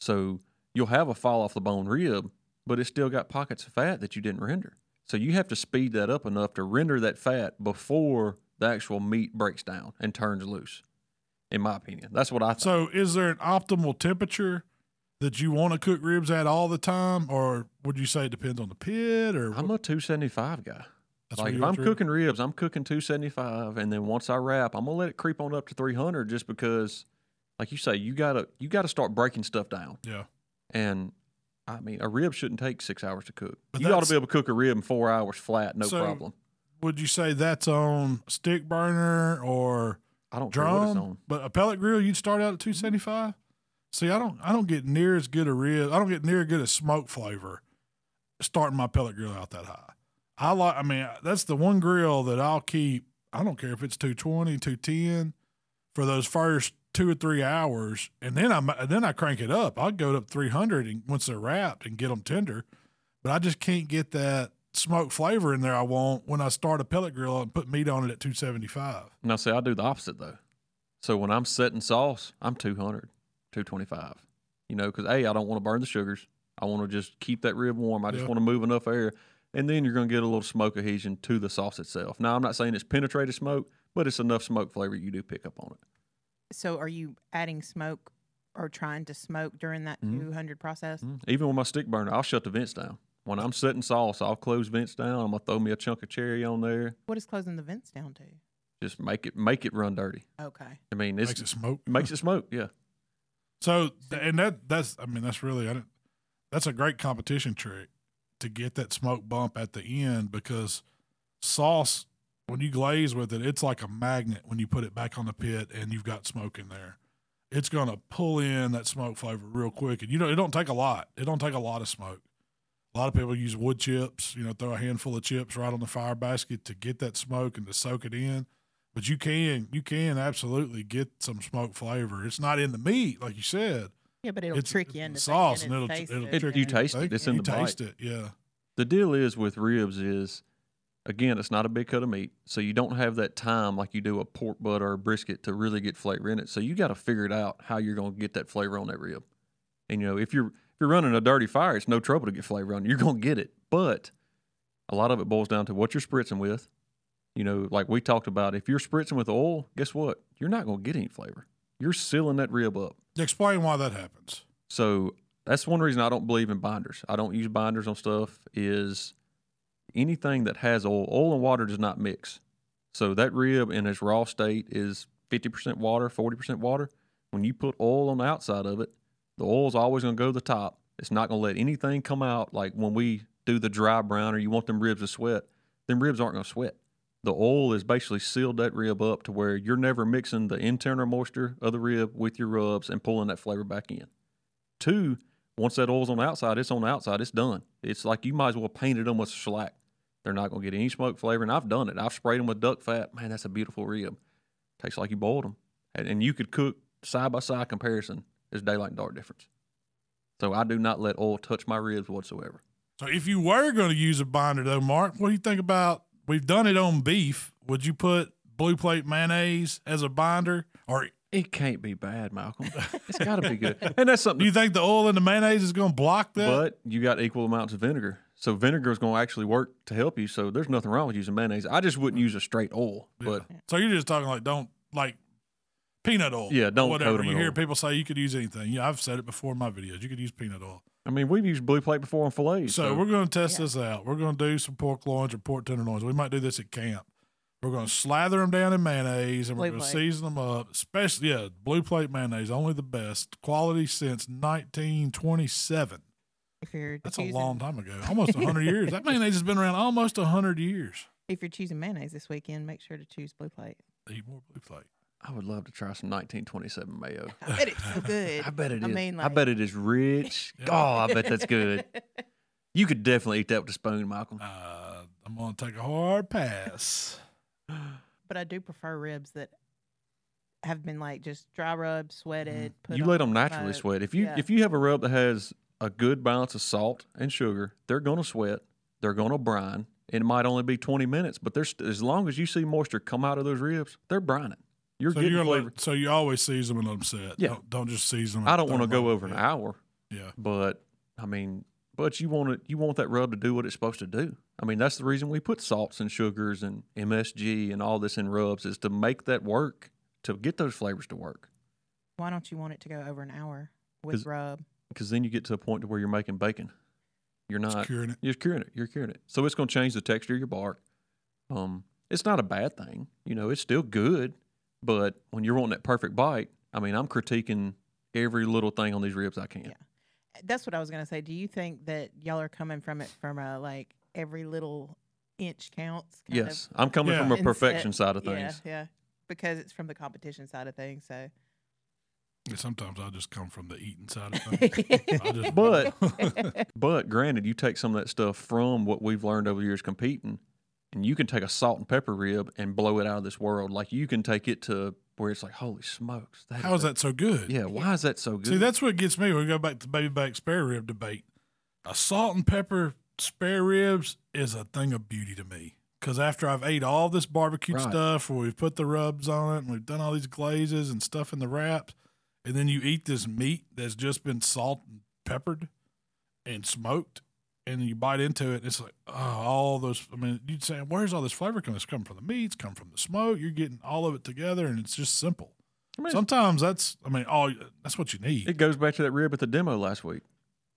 Speaker 3: So you'll have a fall off the bone rib, but it's still got pockets of fat that you didn't render. So you have to speed that up enough to render that fat before the actual meat breaks down and turns loose. In my opinion, that's what I think.
Speaker 2: So is there an optimal temperature that you want to cook ribs at all the time, or would you say it depends on the pit or
Speaker 3: I'm a 275 guy.
Speaker 2: that's what
Speaker 3: like
Speaker 2: you
Speaker 3: if
Speaker 2: go
Speaker 3: I'm
Speaker 2: through?
Speaker 3: cooking ribs, I'm cooking 275, and then once I wrap, I'm gonna let it creep on up to 300, just because, like you say, you gotta you gotta start breaking stuff down.
Speaker 2: Yeah.
Speaker 3: And I mean, a rib shouldn't take six hours to cook.
Speaker 2: But
Speaker 3: you ought to
Speaker 2: that's-
Speaker 3: be able to cook a rib in four hours flat, no
Speaker 2: So-
Speaker 3: problem.
Speaker 2: would you say that's on stick burner or
Speaker 3: I don't care what it's
Speaker 2: drum?
Speaker 3: on.
Speaker 2: But a pellet grill, you'd start out at two seventy five. See, I don't, I don't get near as good a rib. I don't get near as good a smoke flavor starting my pellet grill out that high. I like, I mean, that's the one grill that I'll keep. I don't care if it's 220, 210 for those first two or three hours, and then I mi- then I crank it up. I'll go up three hundred and once they're wrapped and get them tender, but I just can't get that smoke flavor in there I want when I start a pellet grill and put meat on it at two seventy five.
Speaker 3: Now, see, I do the opposite though. So when I'm setting sauce, I'm 200, 225. You know, because a, I don't want to burn the sugars. I want to just keep that rib warm. I just
Speaker 2: Yeah.
Speaker 3: want to move enough air, and then you're going to get a little smoke adhesion to the sauce itself. Now, I'm not saying it's penetrated smoke, but it's enough smoke flavor you do pick up on it.
Speaker 4: So are you adding smoke or trying to smoke during that
Speaker 3: Mhm.
Speaker 4: 200 process?
Speaker 3: Mm.
Speaker 2: Mm-hmm.
Speaker 3: Even with my stick burner, I'll shut the vents down. When I'm setting sauce, I'll close vents down. I'm gonna throw me a chunk of cherry on there.
Speaker 4: What is closing the vents down to?
Speaker 3: Just make it make it run dirty.
Speaker 4: Okay.
Speaker 3: I mean, it's,
Speaker 2: Makes it smoke.
Speaker 3: makes it smoke. Yeah.
Speaker 2: So th- and that that's I mean that's really I don't, that's a great competition trick to get that smoke bump at the end because sauce when you glaze with it it's like a magnet when you put it back on the pit and you've got smoke in there. It's gonna pull in that smoke flavor real quick and you know it don't take a lot. It don't take a lot of smoke. A lot of people use wood chips, you know, throw a handful of chips right on the fire basket to get that smoke and to soak it in but you can you can absolutely get some smoke flavor. It's not in the meat, like you said,
Speaker 4: Yeah, but it'll
Speaker 2: It's-
Speaker 4: trick you
Speaker 2: it's
Speaker 4: into
Speaker 2: the
Speaker 4: thinking
Speaker 2: sauce and
Speaker 4: it's
Speaker 2: it'll-
Speaker 4: tasted
Speaker 2: it'll
Speaker 3: It,
Speaker 2: trick
Speaker 3: you
Speaker 4: and-
Speaker 3: taste it.
Speaker 2: Think-
Speaker 3: It's in
Speaker 2: you
Speaker 3: the bite.
Speaker 2: taste it. Yeah.
Speaker 3: The deal is with ribs is, again, it's not a big cut of meat, so you don't have that time like you do a pork butt or a brisket to really get flavor in it. So you got to figure it out how you're going to get that flavor on that rib. And you know, if you're if you're running a dirty fire, it's no trouble to get flavor on. it. You're going to get it, but a lot of it boils down to what you're spritzing with. You know, like we talked about, if you're spritzing with oil, guess what? You're not going to get any flavor. You're sealing that rib up.
Speaker 2: Explain why that happens.
Speaker 3: So that's one reason I don't believe in binders. I don't use binders on stuff. Is anything that has oil, oil and water does not mix. So that rib in its raw state is 50% water, 40% water. When you put oil on the outside of it, the oil's always going to go to the top. It's not going to let anything come out. Like when we do the dry brown or you want them ribs to sweat, them ribs aren't going to sweat. The oil is basically sealed that rib up to where you're never mixing the internal moisture of the rib with your rubs and pulling that flavor back in. Two, once that oil's on the outside, it's on the outside. It's done. It's like you might as well paint it almost shellac. They're not going to get any smoke flavor. And I've done it. I've sprayed them with duck fat. Man, that's a beautiful rib. Tastes like you boiled them. And, and you could cook side by side comparison. There's daylight and dark difference. So I do not let oil touch my ribs whatsoever.
Speaker 2: So if you were going to use a binder though, Mark, what do you think about? We've done it on beef. Would you put blue plate mayonnaise as a binder, or
Speaker 3: It can't be bad, Malcolm. It's got to be good. And that's something
Speaker 2: do you think the oil in the mayonnaise is going to block that?
Speaker 3: But you got equal amounts of vinegar. So vinegar is going to actually work to help you. So there's nothing wrong with using mayonnaise. I just
Speaker 2: Mm.
Speaker 3: wouldn't use a straight oil. But
Speaker 2: so you're just talking like don't like peanut oil.
Speaker 3: Yeah, don't
Speaker 2: or whatever.
Speaker 3: coat 'em
Speaker 2: you
Speaker 3: in
Speaker 2: hear
Speaker 3: oil.
Speaker 2: people say you could use anything. Yeah, I've said it before in my videos. You could use peanut oil.
Speaker 3: I mean, we've used blue plate before on fillets.
Speaker 2: So we're going to test this out. We're going to do some pork loins or pork tenderloins. We might do this at camp. We're going to slather them down in mayonnaise and we're
Speaker 4: Blue
Speaker 2: going to
Speaker 4: plate.
Speaker 2: season them up. Especially, yeah, blue plate mayonnaise, only the best quality since 1927.
Speaker 4: If you're
Speaker 2: That's a
Speaker 4: choosing,
Speaker 2: long time ago, almost 100 years. That mayonnaise has been around almost 100 years.
Speaker 4: If you're choosing mayonnaise this weekend, make sure to choose Blue Plate.
Speaker 2: Eat more blue plate.
Speaker 3: I would love to try some 1927 mayo.
Speaker 4: I bet it's so good.
Speaker 3: I bet it is.
Speaker 4: I mean,
Speaker 3: I
Speaker 4: like-
Speaker 3: bet it is rich.
Speaker 2: Yeah.
Speaker 3: Oh, I bet that's good. You could definitely eat that with a spoon, Malcolm.
Speaker 2: Uh, I'm going to take a hard pass.
Speaker 4: but I do prefer ribs that have been like just dry rubbed, sweated. Put
Speaker 3: Mm-hmm. you
Speaker 4: on
Speaker 3: let them naturally
Speaker 4: smoke.
Speaker 3: sweat. If you
Speaker 4: Yeah.
Speaker 3: if you have a rub that has a good balance of salt and sugar, they're going to sweat. They're going to brine. It might only be 20 minutes, but there's as long as you see moisture come out of those ribs, they're brining. You're
Speaker 2: So,
Speaker 3: getting
Speaker 2: you're
Speaker 3: flavor.
Speaker 2: gonna, so you always season them and let them sit.
Speaker 3: Yeah.
Speaker 2: Don't, don't just season them.
Speaker 3: I
Speaker 2: and
Speaker 3: don't
Speaker 2: throw
Speaker 3: want to
Speaker 2: 'em
Speaker 3: go
Speaker 2: on.
Speaker 3: over an hour,
Speaker 2: Yeah.
Speaker 3: but I mean, but you want it. You want that rub to do what it's supposed to do. I mean, that's the reason we put salts and sugars and MSG and all this in rubs is to make that work to get those flavors to work.
Speaker 4: Why don't you want it to go over an hour
Speaker 3: 'Cause-
Speaker 4: with rub?
Speaker 3: Because then you get to a point to where you're making bacon. You're
Speaker 2: Just
Speaker 3: not.
Speaker 2: curing it.
Speaker 3: You're curing it. You're curing it. So it's going to change the texture of your bark. Um, it's not a bad thing. You know, it's still good. But when you're wanting that perfect bite, I mean, I'm critiquing every little thing on these ribs I can.
Speaker 4: Yeah. That's what I was gonna say. Do you think that y'all are coming from it from a like every little inch counts? kind of
Speaker 3: Yes, I'm coming
Speaker 2: Yeah.
Speaker 3: from a
Speaker 4: instead-
Speaker 3: perfection side of things.
Speaker 4: Yeah, yeah. Because it's from the competition side of things. So
Speaker 2: Yeah, sometimes I just come from the eating side of things. I just-
Speaker 3: But but granted, you take some of that stuff from what we've learned over the years competing, and you can take a salt and pepper rib and blow it out of this world. Like you can take it to where it's like, holy smokes, that
Speaker 2: how is that so good?
Speaker 3: Yeah, why is that so good?
Speaker 2: See, that's what gets me. We go back to baby back spare rib debate. A salt and pepper spare ribs is a thing of beauty to me. Because after I've ate all this barbecue
Speaker 3: Right.
Speaker 2: stuff, where we've put the rubs on it, and we've done all these glazes and stuff in the wraps, and then you eat this meat that's just been salt and peppered and smoked, and you bite into it, and it's like, oh, all those. I mean, you'd say, where's all this flavor coming? It's coming from the meats, come from the smoke. You're getting all of it together, and it's just simple.
Speaker 3: I mean,
Speaker 2: Sometimes that's, I mean, all that's what you need.
Speaker 3: It goes back to that rib at the demo last week.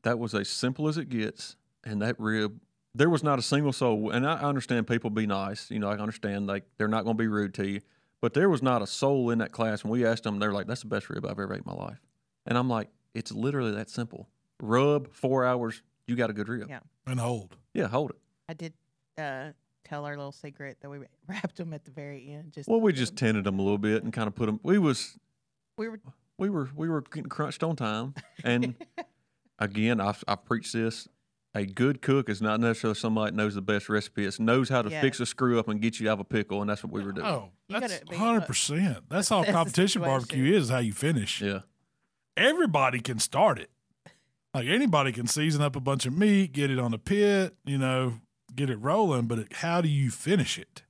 Speaker 3: That was as simple as it gets, and that rib, there was not a single soul. And I I understand people be nice, you know, I understand like they're not going to be rude to you, but there was not a soul in that class. And we asked them, they're like, "That's the best rib I've ever ate in my life," and I'm like, "It's literally that simple. Rub four hours, you got a good rib.
Speaker 4: Yeah.
Speaker 2: and hold.
Speaker 3: yeah hold it.
Speaker 4: I did uh, tell our little secret that we wrapped them at the very end. Just
Speaker 3: Well,
Speaker 4: to
Speaker 3: we
Speaker 4: get
Speaker 3: just
Speaker 4: 'em-
Speaker 3: tended them a little bit and kind of put them. We was
Speaker 4: we were
Speaker 3: we were we were getting crunched on time and again i've, I've preached this a good cook is not necessarily somebody that knows the best recipe it's knows how to
Speaker 4: Yeah.
Speaker 3: fix a screw up and get you out of a pickle and that's what we were doing
Speaker 2: Oh,
Speaker 4: You
Speaker 2: that's
Speaker 4: gotta be-
Speaker 2: hundred percent. That's how
Speaker 4: That's the
Speaker 2: competition
Speaker 4: situation.
Speaker 2: barbecue is. How you finish.
Speaker 3: yeah
Speaker 2: everybody can start it. Like anybody can season up a bunch of meat, get it on the pit, you know, get it rolling. But it, how do you finish it?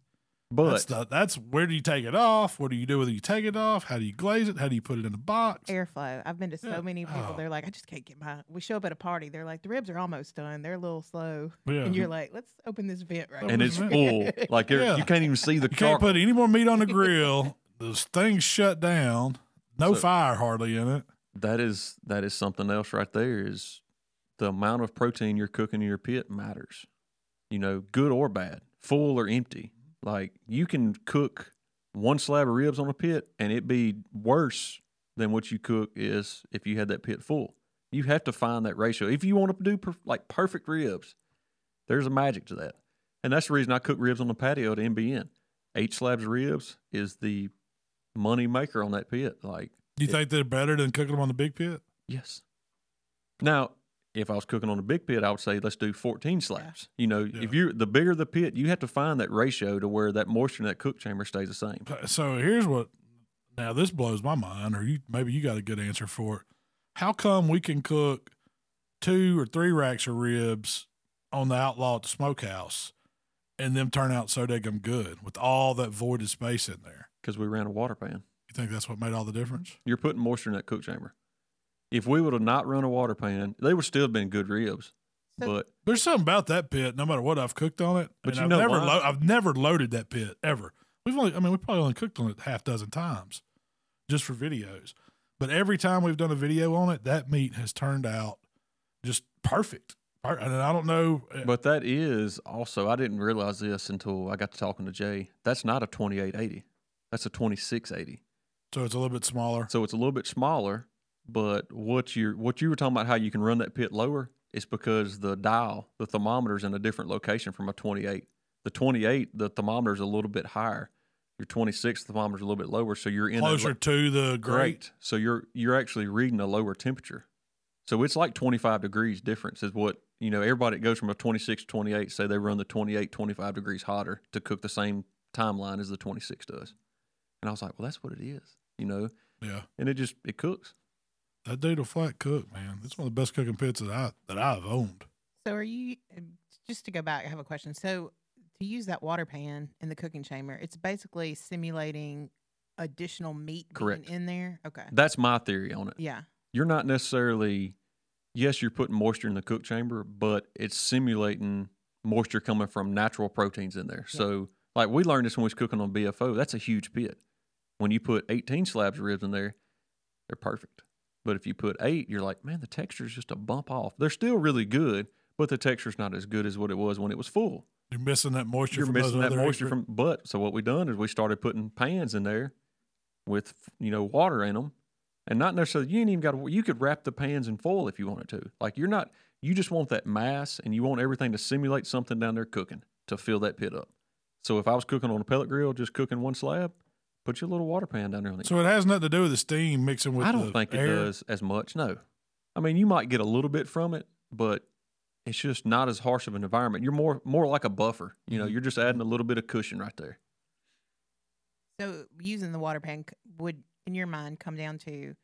Speaker 2: that's
Speaker 3: But
Speaker 2: the, that's where do you take it off? What do you do with it? You take it off. How do you glaze it? How do you put it in a box?
Speaker 4: Airflow. I've been to so
Speaker 2: Yeah.
Speaker 4: many people.
Speaker 2: Oh.
Speaker 4: They're like, I just can't get my. We show up at a party. They're like, the ribs are almost done. They're a little slow.
Speaker 2: Yeah.
Speaker 4: And you're like, let's open this vent right.
Speaker 2: And
Speaker 3: and
Speaker 4: now."
Speaker 3: it's full. Like you're-
Speaker 2: Yeah.
Speaker 3: you can't even see the
Speaker 2: You can't
Speaker 3: charcoal.
Speaker 2: put any more meat on the grill. Those things shut down. No
Speaker 3: So-
Speaker 2: fire hardly in it.
Speaker 3: that is that is something else right there is the amount of protein you're cooking in your pit matters you know good or bad full or empty like you can cook one slab of ribs on a pit and it be worse than what you cook is if you had that pit full you have to find that ratio if you want to do per- like perfect ribs there's a magic to that and that's the reason i cook ribs on the patio at mbn eight slabs of ribs is the money maker on that pit like
Speaker 2: You
Speaker 3: it-
Speaker 2: think they're better than cooking them on the big pit?
Speaker 3: Yes. Now, if I was cooking on a big pit, I would say let's do 14 slabs. You know,
Speaker 2: Yeah.
Speaker 3: if you're the bigger the pit, you have to find that ratio to where that moisture in that cook chamber stays the same.
Speaker 2: So here's what. Now this blows my mind, or you maybe you got a good answer for it. How come we can cook two or three racks of ribs on the outlaw at the smokehouse, and them turn out so daggum good with all that voided space in there?
Speaker 3: Because we ran a water pan.
Speaker 2: You think that's what made all the difference?
Speaker 3: You're putting moisture in that cook chamber. If we would have not run a water pan, they would still have been good ribs.
Speaker 4: So-
Speaker 3: but
Speaker 2: There's something about that pit. No matter what I've cooked on it,
Speaker 3: But
Speaker 2: and
Speaker 3: you
Speaker 2: I've
Speaker 3: know
Speaker 2: never
Speaker 3: why?
Speaker 2: lo- I've never loaded that pit ever. We've only, I mean, we probably only cooked on it half dozen times, just for videos. But every time we've done a video on it, that meat has turned out just perfect. Per- And I don't know, eh,
Speaker 3: but that is also I didn't realize this until I got to talking to Jay. That's not a 2880. That's a 2680.
Speaker 2: so it's a little bit smaller.
Speaker 3: So it's a little bit smaller, but what you what you were talking about how you can run that pit lower is because the dial, the thermometer's in a different location from a 28. The 28, the thermometer's a little bit higher. Your 26 thermometer's a little bit lower, so you're in a
Speaker 2: Closer
Speaker 3: lo-
Speaker 2: to the grate.
Speaker 3: great. So you're you're actually reading a lower temperature. So it's like 25 degrees difference is what, you know, everybody that goes from a 26 to 28 say they run the 28 25 degrees hotter to cook the same timeline as the 26 does. And I was like, well, that's what it is, you know.
Speaker 2: Yeah,
Speaker 3: And it just it cooks.
Speaker 2: that dude will flat cook, man. It's one of the best cooking pits that I that I've owned.
Speaker 4: So are you? um, Just to go back, I have a question. So to use that water pan in the cooking chamber, it's basically simulating additional meat
Speaker 3: Correct.
Speaker 4: being in there. Okay.
Speaker 3: That's my theory on it.
Speaker 4: Yeah.
Speaker 3: You're not necessarily, yes, you're putting moisture in the cook chamber, but it's simulating moisture coming from natural proteins in there.
Speaker 4: Yeah.
Speaker 3: So, like we learned this when we was cooking on BFO. That's a huge pit. When you put 18 slabs of ribs in there, they're perfect. But if you put eight, you're like, man, the texture's just a bump off. They're still really good, but the texture's not as good as what it was when it was full.
Speaker 2: You're missing that moisture.
Speaker 3: You're
Speaker 2: from those
Speaker 3: missing that
Speaker 2: other
Speaker 3: moisture
Speaker 2: ingre-
Speaker 3: from. But so what we done is we started putting pans in there with you know water in them, and not necessarily you ain't even got. to You could wrap the pans in foil if you wanted to. Like you're not. You just want that mass, and you want everything to simulate something down there cooking to fill that pit up. So if I was cooking on a pellet grill, just cooking one slab, put your little water pan down there on the
Speaker 2: So it has nothing to do with the steam mixing with.
Speaker 3: I don't
Speaker 2: the
Speaker 3: think
Speaker 2: air.
Speaker 3: it does as much. No, I mean you might get a little bit from it, but it's just not as harsh of an environment. You're more more like a buffer. You know,
Speaker 2: Mhm.
Speaker 3: you're just adding a little bit of cushion right there.
Speaker 4: So using the water pan c- would, in your mind, come down to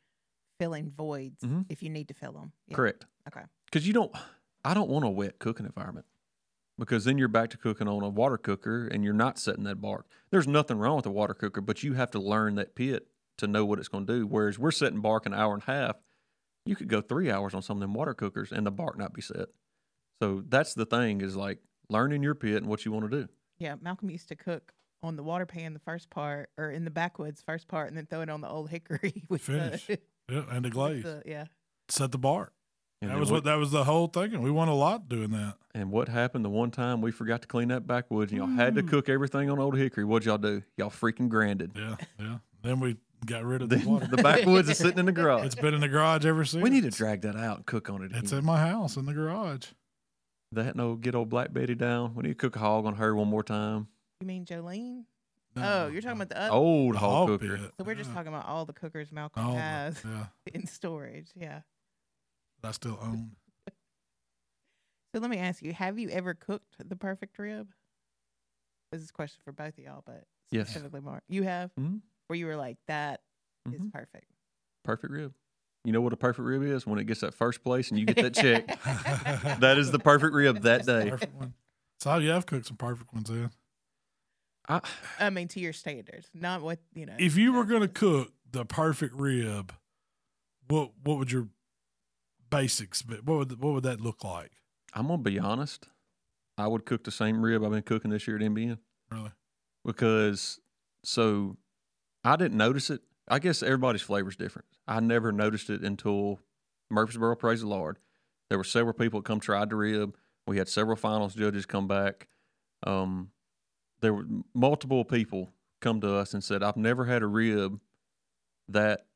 Speaker 4: filling voids
Speaker 3: Mhm.
Speaker 4: if you need to fill them.
Speaker 3: Correct.
Speaker 4: Okay.
Speaker 3: Because you don't. I don't want a wet cooking environment because then you're back to cooking on a water cooker and you're not setting that bark. There's nothing wrong with a water cooker, but you have to learn that pit to know what it's going to do. Whereas we're setting bark an hour and a half, you could go three hours on some of them water cookers and the bark not be set. So that's the thing is like learning your pit and what you want to do.
Speaker 4: Yeah. Malcolm used to cook on the water pan the first part, or in the backwoods first part, and then throw it on the old hickory with
Speaker 2: Finish.
Speaker 4: the
Speaker 2: Yeah, and the
Speaker 4: with
Speaker 2: glaze.
Speaker 4: the- yeah.
Speaker 2: Set the bar.
Speaker 3: And
Speaker 2: that
Speaker 3: then
Speaker 2: was
Speaker 3: what-
Speaker 2: what that was the whole thinking. We won a lot doing that.
Speaker 3: And what happened the one time we forgot to clean that backwoods and y'all had to
Speaker 2: Mm.
Speaker 3: cook everything on old hickory? What'd y'all do? Y'all freaking granded.
Speaker 2: Yeah, yeah. Then we got rid of the
Speaker 3: Then
Speaker 2: water.
Speaker 3: the backwoods is sitting in the garage.
Speaker 2: it's been in the garage ever since.
Speaker 3: We need to drag that out and cook on it.
Speaker 2: It's
Speaker 3: again.
Speaker 2: in my house in the garage.
Speaker 3: that no get old Black Betty down. We need to cook a hog on her one more time.
Speaker 4: You mean Jolene?
Speaker 2: No,
Speaker 4: oh, you're talking
Speaker 2: no.
Speaker 4: about the other.
Speaker 3: old
Speaker 2: The
Speaker 3: hog
Speaker 2: hog
Speaker 3: cooker.
Speaker 2: pit,
Speaker 4: So we're just
Speaker 2: yeah.
Speaker 4: talking about all the cookers Malcolm
Speaker 2: All the-
Speaker 4: has
Speaker 2: yeah,
Speaker 4: in storage. Yeah.
Speaker 2: that I still own.
Speaker 4: So let me ask you: Have you ever cooked the perfect rib? This is a question for both of y'all, but
Speaker 3: Yes.
Speaker 4: specifically Mark. You have
Speaker 3: Mhm.
Speaker 4: where you were like, "That is
Speaker 3: Mhm.
Speaker 4: perfect."
Speaker 3: Perfect rib. You know what a perfect rib is? When it gets that first place and you get that check. that is the perfect rib that day.
Speaker 2: Perfect one. So yeah, I've cooked some perfect ones. Then,
Speaker 3: I,
Speaker 4: I mean, to your standards, not what you know.
Speaker 2: if you were
Speaker 4: not
Speaker 2: gonna
Speaker 4: just-
Speaker 2: cook the perfect rib, what what would your basics? be? What would what would that look like?
Speaker 3: I'm gonna be honest. I would cook the same rib I've been cooking this year at MBN.
Speaker 2: Really?
Speaker 3: because so I didn't notice it. I guess everybody's flavor's different. I never noticed it until Murfreesboro praise the Lord. There were several people that come tried the rib. We had several finals judges come back. Um, there were multiple people come to us and said, "I've never had a rib that."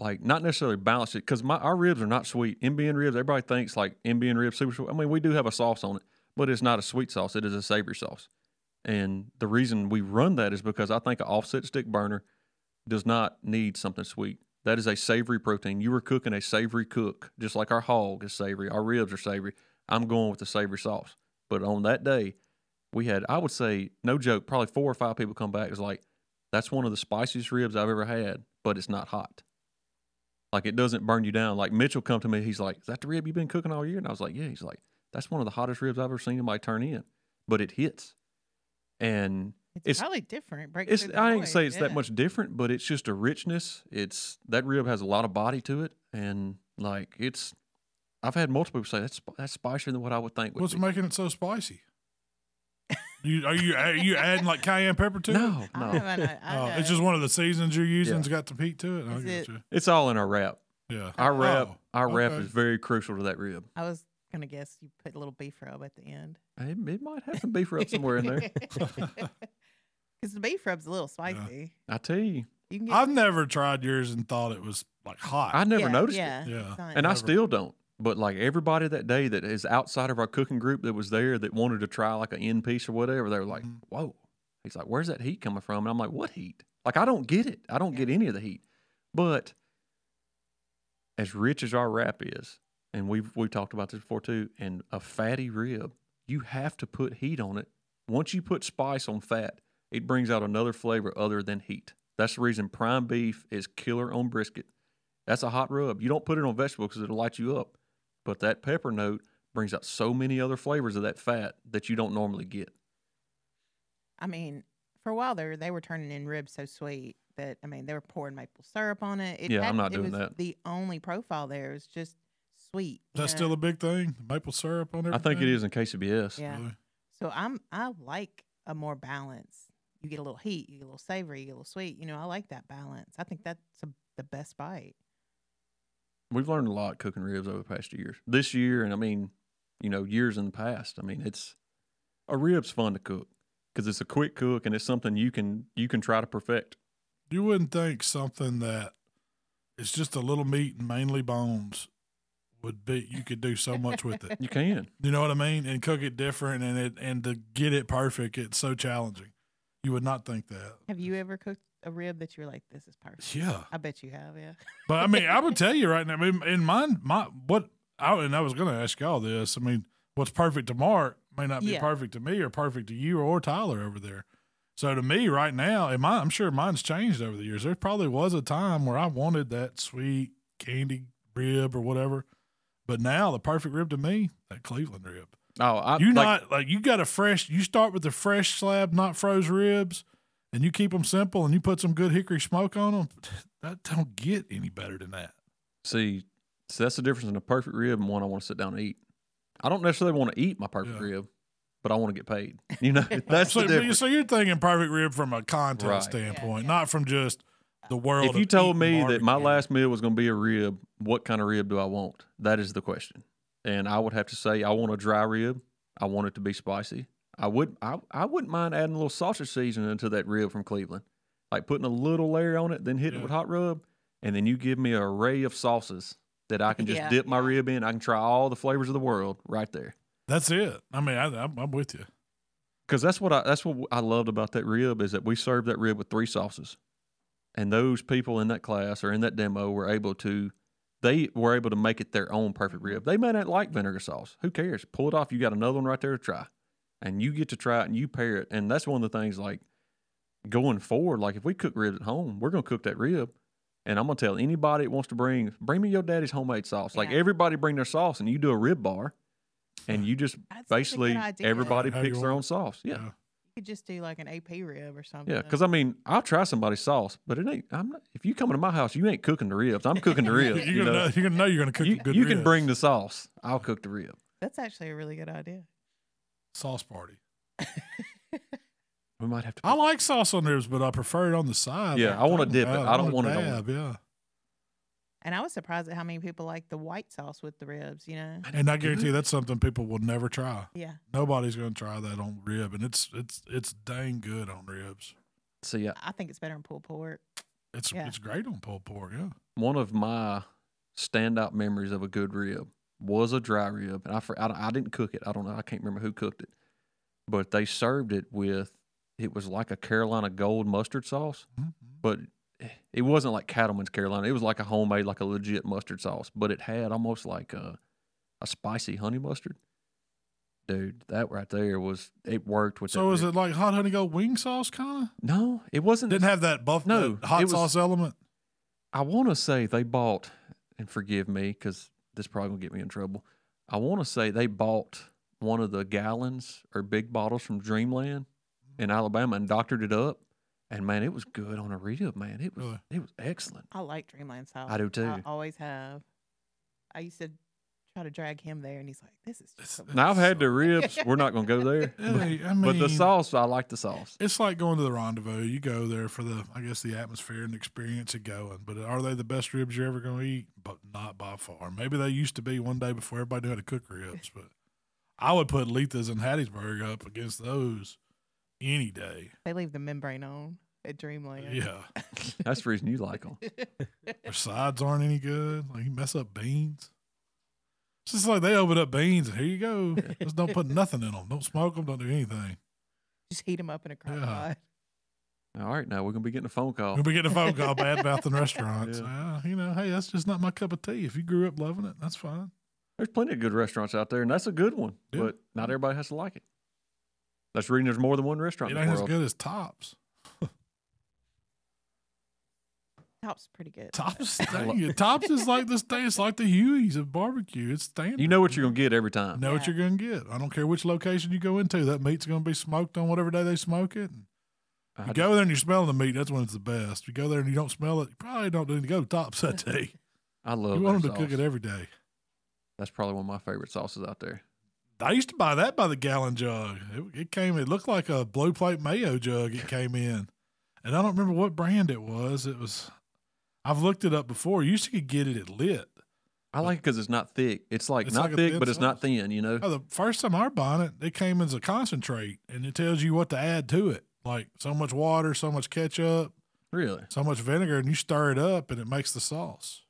Speaker 3: Like not necessarily balanced it because my our ribs are not sweet. MBN ribs, everybody thinks like MBN ribs super sweet. I mean, we do have a sauce on it, but it's not a sweet sauce. It is a savory sauce. And the reason we run that is because I think an offset stick burner does not need something sweet. That is a savory protein. You are cooking a savory cook, just like our hog is savory, our ribs are savory. I'm going with the savory sauce. But on that day, we had, I would say, no joke, probably four or five people come back. It was like, that's one of the spiciest ribs I've ever had, but it's not hot. Like it doesn't burn you down. Like Mitchell come to me, he's like, "Is that the rib you've been cooking all year?" And I was like, "Yeah." He's like, "That's one of the hottest ribs I've ever seen anybody turn in, but it hits." And
Speaker 4: it's,
Speaker 3: it's-
Speaker 4: probably different. Breaks
Speaker 3: it's
Speaker 4: through the
Speaker 3: I ain't
Speaker 4: noise,
Speaker 3: say it's that
Speaker 4: yeah.
Speaker 3: much different, but it's just a richness. It's that rib has a lot of body to it, and like it's, I've had multiple people say that's sp- that's spicier than what I would think. Would
Speaker 2: What's
Speaker 3: be.
Speaker 2: making it so spicy? You are you are you adding like cayenne pepper to it?
Speaker 3: no,
Speaker 4: I
Speaker 3: no,
Speaker 4: don't know, I
Speaker 2: Oh, it's
Speaker 4: know.
Speaker 2: just one of the seasons you're using.
Speaker 3: Yeah.
Speaker 2: has got some heat to it. I
Speaker 4: Is
Speaker 2: get
Speaker 4: it-
Speaker 2: you.
Speaker 3: it's all in our wrap.
Speaker 2: Yeah.
Speaker 3: Our wrap,
Speaker 2: Oh,
Speaker 3: our wrap
Speaker 2: okay.
Speaker 3: is very crucial to that rib.
Speaker 4: I was gonna guess you put a little beef rub at the end.
Speaker 3: It, it might have some beef rub somewhere in there.
Speaker 4: Because the beef rub's a little spicy.
Speaker 3: I tell you,
Speaker 4: You can get
Speaker 2: I've never tried yours and thought it was like hot.
Speaker 3: I never
Speaker 4: yeah,
Speaker 3: noticed it.
Speaker 4: yeah,
Speaker 2: Yeah.
Speaker 4: it's not-
Speaker 3: and I
Speaker 2: Never.
Speaker 3: still don't. But like everybody that day that is outside of our cooking group that was there that wanted to try like an end piece or whatever, they were like,
Speaker 2: Mhm.
Speaker 3: "Whoa!" He's like, "Where's that heat coming from?" And I'm like, "What heat? Like I don't get it. I don't get any of the heat." But as rich as our wrap is, and we've we've talked about this before too, and a fatty rib, you have to put heat on it. Once you put spice on fat, it brings out another flavor other than heat. That's the reason prime beef is killer on brisket. That's a hot rub. You don't put it on vegetables because it'll light you up. But that pepper note brings out so many other flavors of that fat that you don't normally get.
Speaker 4: I mean, for a while there, they were turning in ribs so sweet that I mean, they were pouring maple syrup on it. it
Speaker 3: Yeah, I'm
Speaker 4: had-
Speaker 3: not
Speaker 4: it
Speaker 3: doing
Speaker 4: was
Speaker 3: that.
Speaker 4: The only profile there is just sweet. you
Speaker 2: That's
Speaker 4: know?
Speaker 2: still a big thing. The maple syrup on everything.
Speaker 3: I think it is in KCBS.
Speaker 4: yeah.
Speaker 2: Really?
Speaker 4: So I'm I like a more balance. You get a little heat, you get a little savory, you get a little sweet. You know, I like that balance. I think that's a, the best bite.
Speaker 3: We've learned a lot cooking ribs over the past two years. This year, and I mean, you know, years in the past. I mean, it's a rib's fun to cook because it's a quick cook and it's something you can you can try to perfect.
Speaker 2: You wouldn't think something that it's just a little meat and mainly bones would be you could do so much with it.
Speaker 3: You can.
Speaker 2: You know what I mean? And cook it different and it and to get it perfect, it's so challenging. You would not think that.
Speaker 4: Have you ever cooked a rib that you're like, this is perfect?
Speaker 2: Yeah.
Speaker 4: I bet you have, yeah.
Speaker 2: But I mean, I would tell you right now. I mean, in mine, my what I and I was going to ask y'all this. I mean, what's perfect to Mark may not be
Speaker 4: Yeah.
Speaker 2: perfect to me or perfect to you or Tyler over there. So to me, right now, and my, I'm sure mine's changed over the years. There probably was a time where I wanted that sweet candy rib or whatever, but now the perfect rib to me, that Cleveland rib.
Speaker 3: Oh, I
Speaker 2: You
Speaker 3: like,
Speaker 2: not like you got a fresh. You start with the fresh slab, not froze ribs, and you keep them simple, and you put some good hickory smoke on them. That don't get any better than that.
Speaker 3: See, so that's the difference in a perfect rib and one I want to sit down and eat. I don't necessarily want to eat my perfect
Speaker 2: Yeah.
Speaker 3: rib, but I want to get paid. You know, that's
Speaker 2: so,
Speaker 3: the
Speaker 2: but you-
Speaker 3: difference.
Speaker 2: so you're thinking perfect rib from a content
Speaker 3: Right.
Speaker 2: standpoint, not from just the world.
Speaker 3: If you
Speaker 2: of
Speaker 3: told me
Speaker 2: eating
Speaker 3: that my
Speaker 2: barbecue.
Speaker 3: last meal was going to be a rib, what kind of rib do I want? That is the question. And I would have to say I want a dry rib. I want it to be spicy. I would I, I wouldn't mind adding a little sausage seasoning to that rib from Cleveland. Like putting a little layer on it, then hitting
Speaker 2: Yeah.
Speaker 3: it with hot rub, and then you give me an array of sauces that I can just
Speaker 4: Yeah,
Speaker 3: dip my
Speaker 4: yeah.
Speaker 3: rib in. I can try all the flavors of the world right there.
Speaker 2: that's it. I mean, I, I'm, I'm with you.
Speaker 3: Because that's what I that's what I loved about that rib is that we served that rib with three sauces, and those people in that class or in that demo were able to, they were able to make it their own perfect rib. They may not like vinegar sauce. Who cares? Pull it off. You got another one right there to try, and you get to try it and you pair it. And that's one of the things like going forward. Like if we cook ribs at home, we're gonna cook that rib, And I'm gonna tell anybody that wants to bring bring me your daddy's homemade sauce. Like
Speaker 4: Yeah.
Speaker 3: everybody bring their sauce, and you do a rib bar, and you just
Speaker 4: That's such a good
Speaker 3: basically
Speaker 4: idea.
Speaker 3: everybody
Speaker 2: How you
Speaker 3: picks their
Speaker 2: want
Speaker 3: own sauce. Yeah,
Speaker 4: You could just do like an AP rib or something.
Speaker 3: yeah. Because I mean, I'll try somebody's sauce, but it ain't. I'm not, if you come into my house, you ain't cooking the ribs. I'm cooking the
Speaker 2: You're,
Speaker 3: ribs.
Speaker 2: gonna
Speaker 3: you know?
Speaker 2: know, you're gonna know you're gonna cook
Speaker 3: you,
Speaker 2: good.
Speaker 3: you can
Speaker 2: ribs.
Speaker 3: bring the sauce. I'll cook the rib.
Speaker 4: that's actually a really good idea.
Speaker 2: sauce party.
Speaker 3: We might have to.
Speaker 2: I like sauce on ribs, but I prefer it on the side.
Speaker 3: Yeah,
Speaker 2: like
Speaker 3: I wanna
Speaker 2: talking
Speaker 3: dip it.
Speaker 2: about.
Speaker 3: I don't
Speaker 2: wanna
Speaker 3: want it on-
Speaker 2: dab, Yeah,
Speaker 4: And I was surprised at how many people like the white sauce with the ribs. You know.
Speaker 2: and I guarantee
Speaker 3: Mm-hmm.
Speaker 2: you that's something people will never try.
Speaker 4: Yeah.
Speaker 2: Nobody's gonna try that on rib, and it's it's it's dang good on ribs.
Speaker 3: See, uh, I-
Speaker 4: I think it's better in pulled pork.
Speaker 2: It's
Speaker 4: Yeah.
Speaker 2: it's great on pulled pork. Yeah,
Speaker 3: one of my standout memories of a good rib was a dry rib, and I for, I, don't- I didn't cook it. I don't know. I can't remember who cooked it, but they served it with it was like a Carolina Gold mustard sauce,
Speaker 2: Mhm.
Speaker 3: but it wasn't like Cattleman's Carolina. It was like a homemade, like a legit mustard sauce, but it had almost like a a spicy honey mustard. Dude, that right there was it worked with.
Speaker 2: So
Speaker 3: that
Speaker 2: is
Speaker 3: rib.
Speaker 2: it like hot honey gold wing sauce kind
Speaker 3: No, it
Speaker 2: of?
Speaker 3: wasn't.
Speaker 2: Didn't have that buff
Speaker 3: No,
Speaker 2: that hot
Speaker 3: it was-
Speaker 2: sauce element.
Speaker 3: I want to say they bought, and forgive me because this probably gonna get me in trouble. I want to say they bought one of the gallons or big bottles from Dreamland in Alabama and doctored it up. And man, it was good on a rib. Man, it was
Speaker 2: Really?
Speaker 3: it was excellent.
Speaker 4: I like Dreamland sauce.
Speaker 3: do too.
Speaker 4: I always have. I used to try to drag him there, and he's like, "This is just." So
Speaker 2: It's-
Speaker 4: bad."
Speaker 3: Now I've had the ribs. We're not gonna go there,
Speaker 2: Yeah,
Speaker 3: but,
Speaker 2: I mean,
Speaker 3: but the sauce, I like the sauce.
Speaker 2: It's like going to the rendezvous. You go there for the, I guess, the atmosphere and experience of going. But are they the best ribs you're ever going to eat? But not by far. Maybe they used to be one day before everybody knew how to cook ribs. But I would put Letha's and Hattiesburg up against those any day.
Speaker 4: They leave the membrane on at Dreamland.
Speaker 2: Yeah,
Speaker 3: That's the reason you like them.
Speaker 2: their sides aren't any good. Like you mess up beans. It's just like they open up beans and here you go. Just don't put nothing in them. Don't smoke them. Don't do anything.
Speaker 4: Just heat him up in a crock
Speaker 2: Yeah.
Speaker 4: pot.
Speaker 3: All right, now we're gonna be getting a phone call.
Speaker 2: We'll be getting a phone call bad mouth in restaurants.
Speaker 3: Oh. Yeah.
Speaker 2: Uh, you know, hey, that's just not my cup of tea. If you grew up loving it, that's fine.
Speaker 3: There's plenty of good restaurants out there, and that's a good one.
Speaker 2: Yeah.
Speaker 3: But not everybody has to like it. That's reading. There's more than one restaurant.
Speaker 2: It
Speaker 3: in
Speaker 2: ain't
Speaker 3: the
Speaker 2: as
Speaker 3: world.
Speaker 2: good as Tops.
Speaker 4: Top's pretty good.
Speaker 2: Tops,
Speaker 3: I lo-
Speaker 2: dang it. Tops is like this thing. It's like the Hueys of barbecue. It's standard.
Speaker 3: You know what you're gonna get every time.
Speaker 2: Know what
Speaker 4: Yeah.
Speaker 2: you're gonna get. I don't care which location you go into. That meat's gonna be smoked on whatever day they smoke it. And
Speaker 3: I
Speaker 2: you
Speaker 3: just-
Speaker 2: go there and you're smelling the meat. That's when it's the best. You go there and you don't smell it. You probably don't need to go to Tops that day.
Speaker 3: I love.
Speaker 2: you want
Speaker 3: their
Speaker 2: them to cook
Speaker 3: sauce.
Speaker 2: it every day.
Speaker 3: That's probably one of my favorite sauces out there.
Speaker 2: I used to buy that by the gallon jug. It, it came, it looked like a blue plate mayo jug. It came in, and I don't remember what brand it was. It was, I've looked it up before. You used to could get it at Lit.
Speaker 3: I like it because it's not thick. It's like
Speaker 2: It's
Speaker 3: not
Speaker 2: like a
Speaker 3: thick,
Speaker 2: thin
Speaker 3: but it's not
Speaker 2: sauce.
Speaker 3: thin. You know.
Speaker 2: Oh, the first time I bought it, it came as a concentrate, and it tells you what to add to it, like so much water, so much ketchup,
Speaker 3: Really.
Speaker 2: so much vinegar, and you stir it up, and it makes the sauce.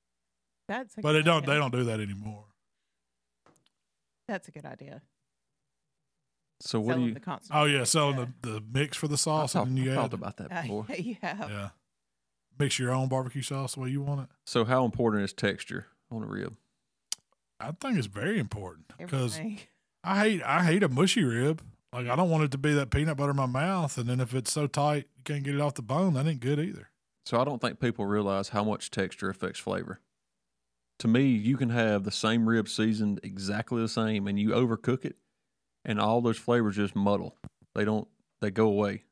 Speaker 4: That's a
Speaker 2: But
Speaker 4: good
Speaker 2: they don't,
Speaker 4: idea.
Speaker 2: they don't do that anymore.
Speaker 4: That's a good idea.
Speaker 3: So what
Speaker 4: Selling
Speaker 3: do you?
Speaker 4: The constant.
Speaker 2: Oh yeah, selling the, the mix for the
Speaker 3: I
Speaker 2: sauce,
Speaker 3: talked,
Speaker 2: and then you
Speaker 3: I
Speaker 2: add,
Speaker 3: talked about that before.
Speaker 4: Uh, you have.
Speaker 2: yeah, mix your own barbecue sauce the way you want it.
Speaker 3: So how important is texture on a rib?
Speaker 2: I think it's very important because
Speaker 4: everything.
Speaker 2: I hate I hate a mushy rib. Like I don't want it to be that peanut butter in my mouth, and then if it's so tight you can't get it off the bone, that ain't good either.
Speaker 3: So I don't think people realize how much texture affects flavor. To me, you can have the same rib seasoned exactly the same, and you overcook it, and all those flavors just muddle. They don't. They go away.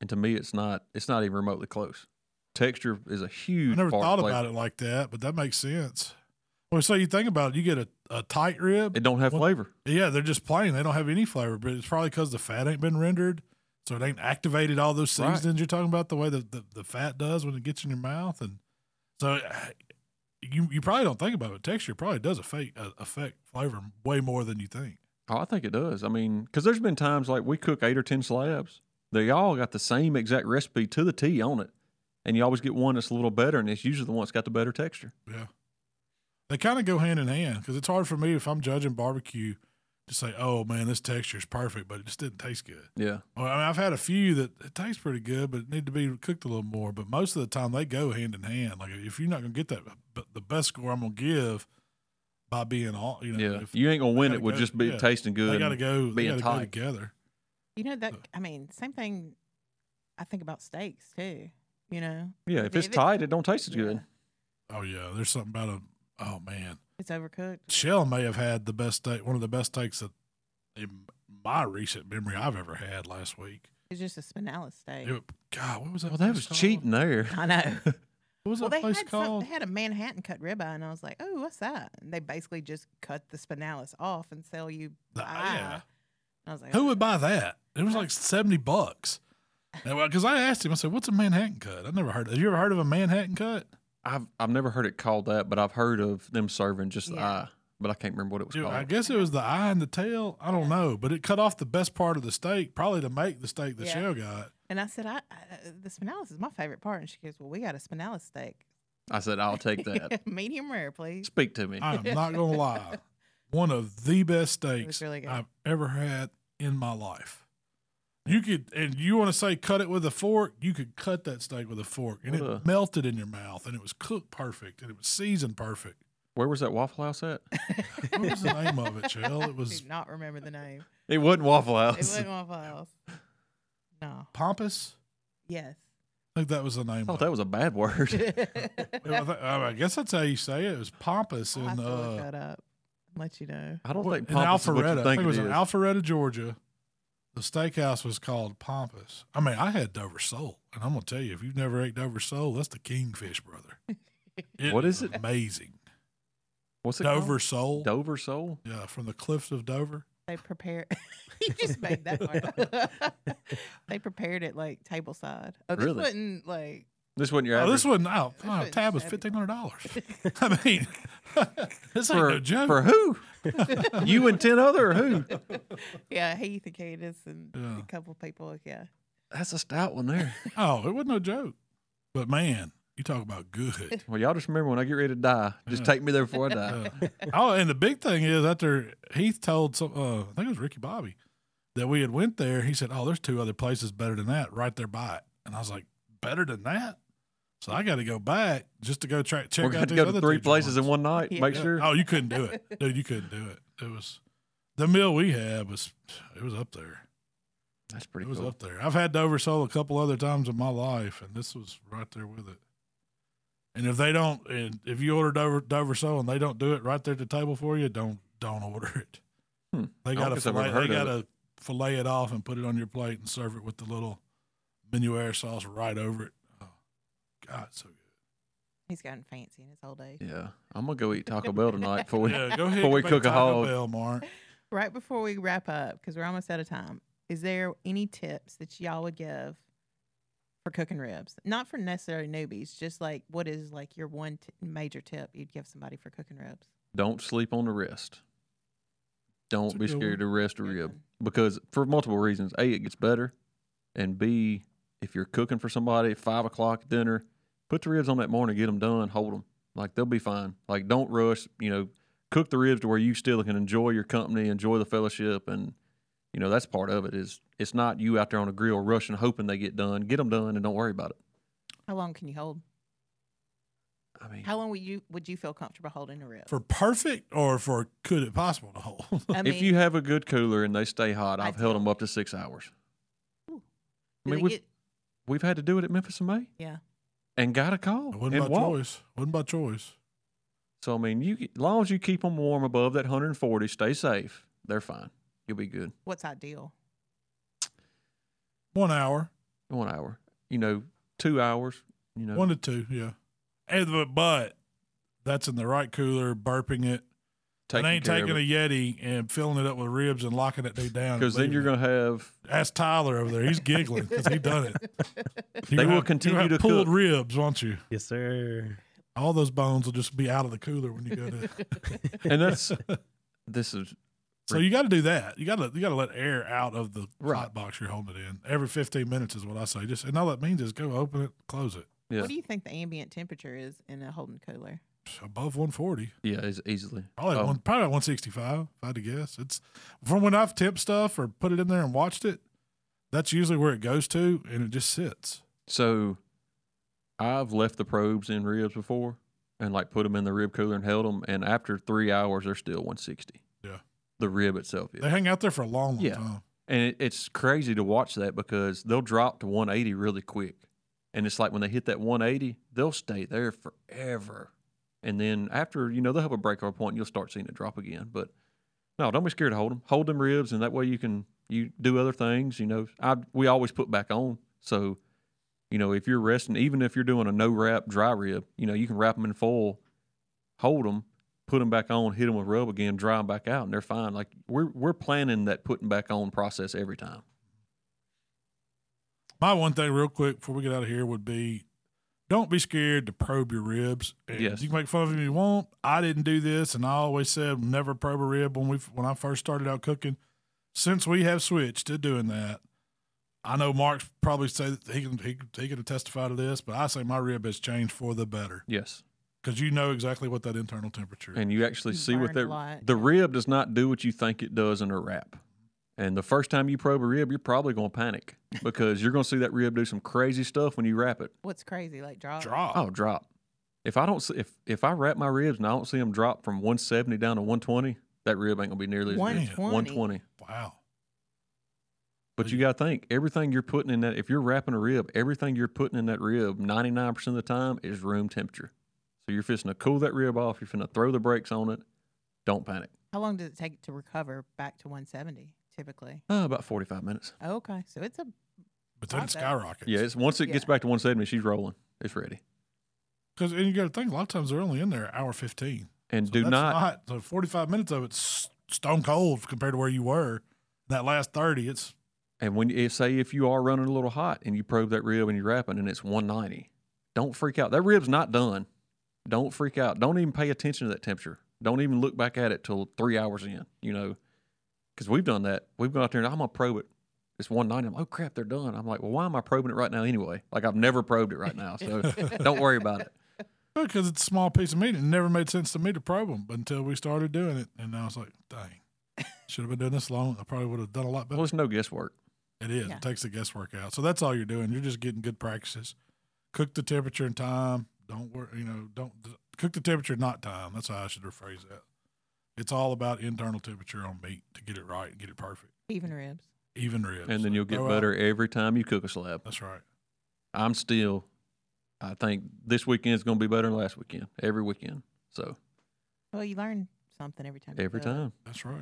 Speaker 3: And to me, it's not. It's not even remotely close. Texture is a huge.
Speaker 2: I never
Speaker 3: part
Speaker 2: thought
Speaker 3: of
Speaker 2: about it like that, but that makes sense. Well, so you think about it, you get a, a tight rib.
Speaker 3: It don't have
Speaker 2: Well,
Speaker 3: flavor.
Speaker 2: yeah, they're just plain. They don't have any flavor, but it's probably because the fat ain't been rendered, so it ain't activated all those
Speaker 3: Right.
Speaker 2: seasonings you're talking about. The way the, the the fat does when it gets in your mouth, and so uh, you you probably don't think about it. Texture probably does affect uh, affect flavor way more than you think.
Speaker 3: Oh, I think it does. I mean, because there's been times like we cook eight or ten slabs. They all got the same exact recipe to the T on it, and you always get one that's a little better, and it's usually the one that's got the better texture.
Speaker 2: Yeah. They kind of go hand in hand because it's hard for me if I'm judging barbecue to say, oh man, this texture is perfect, but it just didn't taste good.
Speaker 3: Yeah.
Speaker 2: Well, I mean, I've had a few that it tastes pretty good, but it need to be cooked a little more. But most of the time, they go hand in hand. Like if you're not gonna get that, but the best score I'm gonna give by being all, you know,
Speaker 3: Yeah,
Speaker 2: if
Speaker 3: you ain't gonna win
Speaker 2: gotta
Speaker 3: it with
Speaker 2: go-
Speaker 3: just be
Speaker 2: yeah.
Speaker 3: tasting good.
Speaker 2: they gotta
Speaker 3: and-
Speaker 2: go, they
Speaker 3: being
Speaker 2: gotta go
Speaker 3: tight.
Speaker 2: together.
Speaker 4: You know that.
Speaker 2: So-
Speaker 4: I mean, same thing. I think about steaks too. You know,
Speaker 3: Yeah, if it's
Speaker 4: David-
Speaker 3: tight, it don't taste as
Speaker 4: Yeah.
Speaker 3: good.
Speaker 2: Oh yeah, there's something about a. Oh man,
Speaker 4: it's overcooked.
Speaker 2: Shell may have had the best steak, one of the best steaks that, in my recent memory, I've ever had last week.
Speaker 4: It's just a spinalis steak.
Speaker 2: It, God, what was that?
Speaker 3: Well, that was
Speaker 2: place called?
Speaker 3: cheating there.
Speaker 4: I know.
Speaker 2: What was
Speaker 4: well,
Speaker 2: that
Speaker 4: they
Speaker 2: place
Speaker 4: had some,
Speaker 2: called?
Speaker 4: they had a Manhattan cut ribeye, and I was like, "Oh, what's that?" And they basically just cut the spinalis off and sell you.
Speaker 2: The-
Speaker 4: The, eye.
Speaker 2: yeah.
Speaker 4: And I was like,
Speaker 2: Who
Speaker 4: "Oh,
Speaker 2: would buy that? It was like seventy bucks. Because I asked him, I said, "What's a Manhattan cut?" I've never heard. Have you ever heard of a Manhattan cut?
Speaker 3: I've I've never heard it called that, but I've heard of them serving just the
Speaker 4: Yeah.
Speaker 3: eye, but I can't remember what it was
Speaker 2: Dude,
Speaker 3: called.
Speaker 2: I guess it was the eye and the tail. I don't know, but it cut off the best part of the steak, probably to make the steak that
Speaker 4: Yeah.
Speaker 2: Shell got.
Speaker 4: And I said, I, I the spinalis is my favorite part. And she goes, Well, we got a spinalis steak.
Speaker 3: I said I'll take that.
Speaker 4: Medium rare, please.
Speaker 3: Speak to me.
Speaker 2: I am not gonna lie, one of the best steaks
Speaker 4: really good.
Speaker 2: I've ever had in my life. You could, and you want to say cut it with a fork? You could cut that steak with a fork, and
Speaker 3: What
Speaker 2: it
Speaker 3: a-
Speaker 2: melted in your mouth, and it was cooked perfect, and it was seasoned perfect.
Speaker 3: Where was that Waffle House at?
Speaker 2: What was the name of it, Shell? It
Speaker 4: I
Speaker 2: was Oh,
Speaker 4: do not remember the name.
Speaker 3: It wasn't Waffle
Speaker 4: It
Speaker 3: House.
Speaker 4: wasn't Waffle House. No.
Speaker 2: pompous.
Speaker 4: Yes.
Speaker 2: I think that was the name.
Speaker 3: I thought
Speaker 2: of
Speaker 3: Oh, that was a bad word.
Speaker 2: it. I, thi- I guess that's how you say it. It was pompous
Speaker 4: I'll
Speaker 2: in
Speaker 4: have to look
Speaker 2: uh,
Speaker 4: that up and let you know.
Speaker 3: I don't
Speaker 2: what-
Speaker 3: think
Speaker 2: in
Speaker 3: pompous is what you
Speaker 2: Alpharetta. I
Speaker 3: think
Speaker 2: think it was
Speaker 3: it
Speaker 2: in
Speaker 3: is.
Speaker 2: Alpharetta, Georgia. The steakhouse was called Pompous. I mean, I had Dover sole, and I'm gonna tell you, if you've never ate Dover sole, that's the kingfish, brother.
Speaker 3: What is it?
Speaker 2: Amazing
Speaker 3: What's it
Speaker 2: Dover
Speaker 3: called?
Speaker 2: sole.
Speaker 3: Dover Soul.
Speaker 2: Yeah, from the cliffs of Dover.
Speaker 4: They prepare you just made that part. up. they prepared it like table side. Oh, this
Speaker 3: Really?
Speaker 4: wasn't like
Speaker 3: This wasn't your
Speaker 2: Oh,
Speaker 3: average.
Speaker 2: this one, oh,
Speaker 4: This
Speaker 2: oh
Speaker 4: wasn't
Speaker 2: tab was
Speaker 4: shabby.
Speaker 2: fifteen hundred dollars. I mean, this ain't
Speaker 3: for,
Speaker 2: no joke.
Speaker 3: for who? you and ten other or who?
Speaker 4: yeah, Heath and Cadence and
Speaker 2: Yeah.
Speaker 4: a couple people, yeah.
Speaker 3: That's a stout one there.
Speaker 2: oh, it wasn't no joke. But man, you talk about good.
Speaker 3: Well, y'all just remember when I get ready to die, just
Speaker 2: Yeah.
Speaker 3: take me there before I die.
Speaker 2: Uh, oh, and the big thing is after Heath told some, uh, I think it was Ricky Bobby, that we had went there. He said, "Oh, there's two other places better than that, right there by it." And I was like, "Better than that?" So I got to go back just to go try, check
Speaker 3: We're going
Speaker 2: out
Speaker 3: to
Speaker 2: these
Speaker 3: go
Speaker 2: other
Speaker 3: to three
Speaker 2: two
Speaker 3: places in
Speaker 2: joints.
Speaker 3: one night.
Speaker 4: Yeah.
Speaker 3: Make
Speaker 2: Yeah.
Speaker 3: sure.
Speaker 2: Oh, you couldn't do it, dude. You couldn't do it. It was the meal we had was it was up there.
Speaker 3: That's pretty
Speaker 2: it was
Speaker 3: cool.
Speaker 2: up there. I've had Dover Soul a couple other times in my life, and this was right there with it. And if they don't, and if you order Dover Dover Soul and they don't do it right there at the table for you, don't don't order it.
Speaker 3: Hmm.
Speaker 2: They
Speaker 3: I don't
Speaker 2: got to
Speaker 3: guess I've ever
Speaker 2: fillet, they
Speaker 3: heard
Speaker 2: got
Speaker 3: of
Speaker 2: to fillet it off and put it on your plate and serve it with the little menuire sauce right over it. Oh, God, so good.
Speaker 4: He's gotten fancy in his old age.
Speaker 3: Yeah, I'm gonna go eat Taco Bell tonight before we.
Speaker 2: Yeah, go ahead.
Speaker 3: Before we
Speaker 2: make
Speaker 3: cook a
Speaker 2: Taco
Speaker 3: hog.
Speaker 2: Bell, Mark.
Speaker 4: right before we wrap up because we're almost out of time is there any tips that y'all would give for cooking ribs not for necessarily newbies just like what is like your one t- major tip you'd give somebody for cooking ribs
Speaker 3: Don't sleep on the wrist.
Speaker 2: That's a
Speaker 3: Don't be
Speaker 2: good
Speaker 3: scared to rest a
Speaker 4: Good
Speaker 3: rib
Speaker 4: one.
Speaker 3: because for multiple reasons. A, it gets better, and B, if you're cooking for somebody at five o'clock dinner, put the ribs on that morning, get them done, hold them. Like they'll be fine. Like don't rush. You know, cook the ribs to where you still can enjoy your company, enjoy the fellowship, and you know that's part of it. Is it's not you out there on a grill rushing, hoping they get done. Get them done, and don't worry about it.
Speaker 4: how long can you hold
Speaker 3: I mean,
Speaker 4: how long would you would you feel comfortable holding a rib
Speaker 2: For perfect or for could it possible to hold?
Speaker 4: I
Speaker 3: if you have a good cooler and they stay hot,
Speaker 4: I
Speaker 3: I've held
Speaker 4: do.
Speaker 3: them up to six hours. I
Speaker 4: Ooh. do
Speaker 3: mean,
Speaker 4: they
Speaker 3: we've,
Speaker 4: get-
Speaker 3: we've had to do it at Memphis in May
Speaker 4: yeah
Speaker 3: and got a call
Speaker 2: It
Speaker 3: and
Speaker 2: wasn't by
Speaker 3: walked.
Speaker 2: choice. Wasn't by choice.
Speaker 3: So I mean, you as long as you keep them warm above that 140, stay safe. They're fine. You'll be good.
Speaker 4: what's ideal
Speaker 2: One hour.
Speaker 3: One hour, you know, two hours, you know.
Speaker 2: One to two, yeah. And but, but that's in the right cooler, burping it. It
Speaker 3: taking
Speaker 2: ain't
Speaker 3: care of
Speaker 2: taking a Yeti and filling it up with ribs and locking that dude down. and
Speaker 3: because then you're
Speaker 2: leaving
Speaker 3: gonna have
Speaker 2: it. ask Tyler over there. He's giggling because he done it. You're
Speaker 3: They
Speaker 2: gonna
Speaker 3: will
Speaker 2: have-
Speaker 3: continue
Speaker 2: you're gonna have
Speaker 3: to
Speaker 2: pulled
Speaker 3: cook.
Speaker 2: ribs, won't you?
Speaker 5: Yes, sir.
Speaker 2: All those bones will just be out of the cooler when you go to.
Speaker 3: and that's this is
Speaker 2: so you got to do that. You got to you got to let air out of the
Speaker 3: Right.
Speaker 2: hot box you're holding it in. Every 15 minutes is what I say. Just and all that means is go open it, close it.
Speaker 3: yeah
Speaker 4: what do you think the ambient temperature is in a holding cooler
Speaker 2: Above 140.
Speaker 3: yeah is easily
Speaker 2: Probably
Speaker 3: Um,
Speaker 2: one, probably one sixty five. If I had to guess, it's from when I've tipped stuff or put it in there and watched it. That's usually where it goes to, and it just sits.
Speaker 3: So I've left the probes in ribs before and like put them in the rib cooler and held them. And after three hours, they're still 160.
Speaker 2: Yeah.
Speaker 3: The rib itself is.
Speaker 2: They hang out there for a long, long
Speaker 3: Yeah.
Speaker 2: time.
Speaker 3: And it, it's crazy to watch that because they'll drop to 180 really quick. And it's like when they hit that 180, they'll stay there forever. And then after, you know, they'll have a breakover point and you'll start seeing it drop again. But no, don't be scared to hold them. Hold them ribs, and that way you can you do other things. You know, I we always put back on. So, you know, if you're resting, even if you're doing a no wrap dry rib, you know, you can wrap them in foil, hold them, put them back on, hit them with rub again, dry them back out, and they're fine. Like we're we're planning that putting back on process every time.
Speaker 2: My one thing, real quick, before we get out of here, would be don't be scared to probe your ribs. And
Speaker 3: Yes.
Speaker 2: You can make fun of them if you want. I didn't do this, and I always said never probe a rib when we when I first started out cooking. Since we have switched to doing that, I know Mark's probably say that he can he, can- he can testify to this, but I say my rib has changed for the better
Speaker 3: Yes,
Speaker 2: because you know exactly what that internal temperature. is.
Speaker 3: and you actually
Speaker 4: You
Speaker 3: see what
Speaker 4: learned a
Speaker 3: that
Speaker 4: lot.
Speaker 3: the rib does not do what you think it does in a wrap. And the first time you probe a rib, you're probably going to panic because you're going to see that rib do some crazy stuff when you wrap it.
Speaker 4: What's crazy? Like draw.
Speaker 2: Drop.
Speaker 3: Oh, drop. If I don't see if if I wrap my ribs and I don't see them drop from 170 down to 120, that rib ain't gonna be nearly as good.
Speaker 4: 120.
Speaker 3: 120.
Speaker 2: Wow.
Speaker 3: But you gotta think everything you're putting in that. If you're wrapping a rib, everything you're putting in that rib, 99 percent of the time is room temperature. So you're fixing to cool that rib off. You're finna throw the brakes on it. Don't panic.
Speaker 4: How long does it take to recover back to 170 typically?
Speaker 3: Uh, about 45 minutes.
Speaker 4: Okay, so it's a
Speaker 2: But then
Speaker 4: Not
Speaker 2: it
Speaker 4: bad.
Speaker 2: skyrockets.
Speaker 3: Yeah, it's once it gets
Speaker 4: Yeah.
Speaker 3: back to 170, she's rolling. It's ready.
Speaker 2: Because and you got to think a lot of times they're only in there hour fifteen.
Speaker 3: And
Speaker 2: So
Speaker 3: do
Speaker 2: that's
Speaker 3: not,
Speaker 2: so forty five minutes of it's stone cold compared to where you were. That last thirty, it's
Speaker 3: And when if say if you are running a little hot and you probe that rib and you're wrapping and it's 190, don't freak out. That rib's not done. Don't freak out. Don't even pay attention to that temperature. Don't even look back at it till three hours in. You know, because we've done that. We've gone out there and I'm gonna probe it. It's 190. I'm like, oh crap, they're done. I'm like, well, why am I probing it right now anyway? Like I've never probed it right now, so don't worry about it.
Speaker 2: because it's a small piece of meat. It never made sense to me to probe them until we started doing it, and I was like, dang, should have been doing this long. I probably would have done a lot better.
Speaker 3: Well, it's no guesswork.
Speaker 2: It is.
Speaker 4: Yeah.
Speaker 2: It takes the guesswork out. So that's all you're doing. You're just getting good practices. Cook the temperature and time. Don't worry. You know, don't cook the temperature, not time. That's how I should rephrase that. It's all about internal temperature on meat to get it right and get it perfect,
Speaker 4: even ribs.
Speaker 2: even ribs.
Speaker 3: And then you'll get
Speaker 2: Throw out-
Speaker 3: better every time you cook a slab.
Speaker 2: That's right.
Speaker 3: I'm still, I think this weekend's gonna be better than last weekend. Every weekend. So
Speaker 4: Well, you learn something every time. you
Speaker 3: every
Speaker 4: do it.
Speaker 3: time.
Speaker 2: That's right.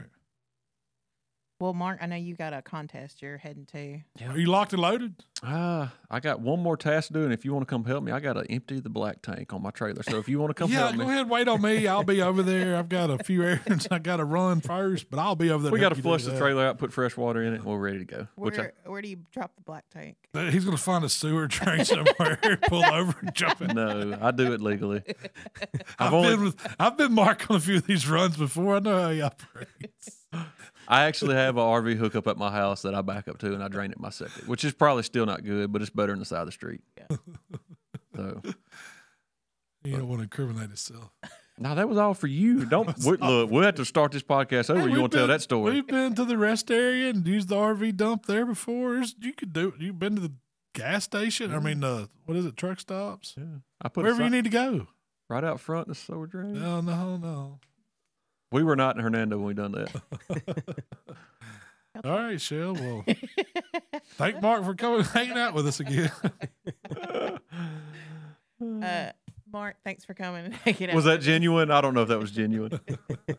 Speaker 4: Well, Mark, I know you got a contest you're heading to.
Speaker 3: Yeah.
Speaker 2: Are you locked and loaded?
Speaker 3: Ah, I got one more task to do, and if you want to come help me, I got to empty the black tank on my trailer. So if you want to come
Speaker 2: yeah,
Speaker 3: help
Speaker 2: go
Speaker 3: me,
Speaker 2: ahead. Wait on me. I'll be over there. I've got a few errands I got to run first, but I'll be over there.
Speaker 3: we
Speaker 2: got
Speaker 3: got to flush the trailer out, put fresh water in it, and we're ready to go. Which I,
Speaker 4: Where where do you drop the black tank?
Speaker 2: He's going to find a sewer drain somewhere, pull over, and jump in.
Speaker 3: no, I do it legally.
Speaker 2: I've,
Speaker 3: I've only,
Speaker 2: been with, I've been Mark on a few of these runs before. I know how he operates.
Speaker 3: I actually have a RV hookup at my house that I back up to, and I drain it my septic, which is probably still not good, but it's better than the side of the street.
Speaker 4: Yeah.
Speaker 3: So,
Speaker 2: You don't want to incriminate himself.
Speaker 3: no, that was all for you. Don't we, look. We'll have to start this podcast over.
Speaker 2: Hey,
Speaker 3: you
Speaker 2: we've
Speaker 3: want to tell
Speaker 2: been-
Speaker 3: that story?
Speaker 2: We've been to the rest area and used the RV dump there before. It's- you could do. You've been to the gas station. I mean, uh, what is it? Truck stops.
Speaker 3: yeah, I put
Speaker 2: Wherever
Speaker 3: a
Speaker 2: you
Speaker 3: sign
Speaker 2: need to go.
Speaker 3: right out front. The sewer
Speaker 4: Mm.
Speaker 3: drain.
Speaker 2: No, no, no.
Speaker 3: We were not in Hernando when we done that.
Speaker 2: All right, Shell. Well, thank Mark for coming, hanging out with us again.
Speaker 4: Uh, Mark, thanks for coming and hanging out.
Speaker 3: was that
Speaker 4: with us.
Speaker 3: genuine? I don't know if that was genuine.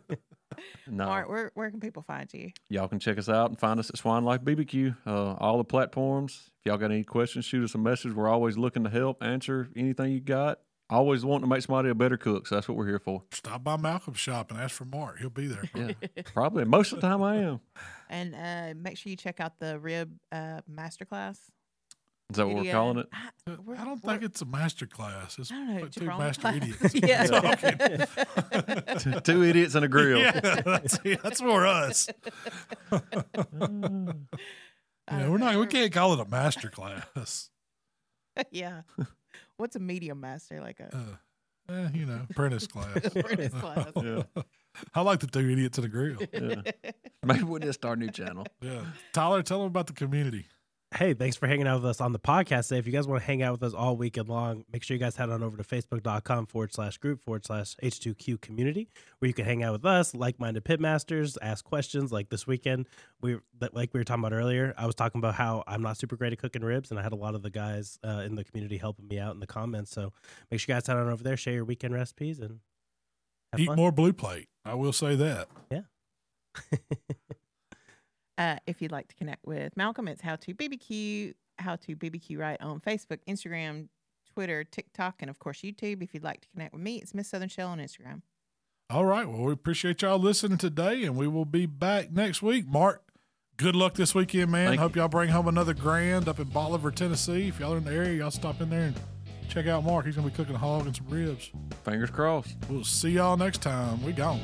Speaker 3: no.
Speaker 4: Mark, where where can people find you?
Speaker 3: Y'all can check us out and find us at Swine Life BBQ, uh, all the platforms. If y'all got any questions, shoot us a message. We're always looking to help, answer anything you got. Always wanting to make somebody a better cook, so that's what we're here for.
Speaker 2: Stop by Malcolm's shop and ask for Mark. He'll be there.
Speaker 3: Yeah, probably. Most of the time I am.
Speaker 4: And uh, make sure you check out the rib uh, masterclass.
Speaker 3: Is that what we're
Speaker 4: video.
Speaker 3: calling it?
Speaker 4: I,
Speaker 2: Uh, I
Speaker 4: we're-
Speaker 2: don't
Speaker 4: we're-
Speaker 2: think it's a master class. It's
Speaker 4: I don't know.
Speaker 2: but two
Speaker 4: Jerome
Speaker 2: master
Speaker 4: class.
Speaker 2: idiots.
Speaker 4: yeah.
Speaker 3: T- Two idiots and a grill.
Speaker 2: Yeah, that's, that's for us.
Speaker 4: I
Speaker 2: Yeah,
Speaker 4: don't
Speaker 2: we're not.
Speaker 4: know.
Speaker 2: We can't call it a master class.
Speaker 4: yeah. What's a medium master like a
Speaker 2: Uh, eh, you know, apprentice class.
Speaker 4: apprentice class?
Speaker 3: Yeah.
Speaker 2: I like the two idiots in a grill.
Speaker 3: yeah. Maybe we need to start a new channel.
Speaker 2: Yeah, Tyler, tell them about the community.
Speaker 5: hey, thanks for hanging out with us on the podcast today. If you guys want to hang out with us all weekend long, make sure you guys head on over to facebook.com forward slash group forward slash H2Q community, where you can hang out with us, like minded pitmasters, ask questions like this weekend. We that- Like we were talking about earlier, I was talking about how I'm not super great at cooking ribs, and I had a lot of the guys uh, in the community helping me out in the comments. So make sure you guys head on over there, share your weekend recipes, and have
Speaker 2: Eat
Speaker 5: fun.
Speaker 2: more blue plate. I will say that.
Speaker 4: Uh, if you'd like to connect with Malcolm, it's how to BBQ, how to BBQ right on Facebook, Instagram, Twitter, TikTok, and of course YouTube. If you'd like to connect with me, it's Miss Southern Shell on Instagram.
Speaker 2: All right. Well, we appreciate y'all listening today, and we will be back next week. Mark, good luck this weekend, man.
Speaker 3: Thank
Speaker 2: Hope y'all bring home another grand up in Bolivar, Tennessee. If y'all are in the area, y'all stop in there and check out Mark. He's gonna be cooking a hog and some ribs.
Speaker 3: Fingers crossed.
Speaker 2: We'll see y'all next time. We gone.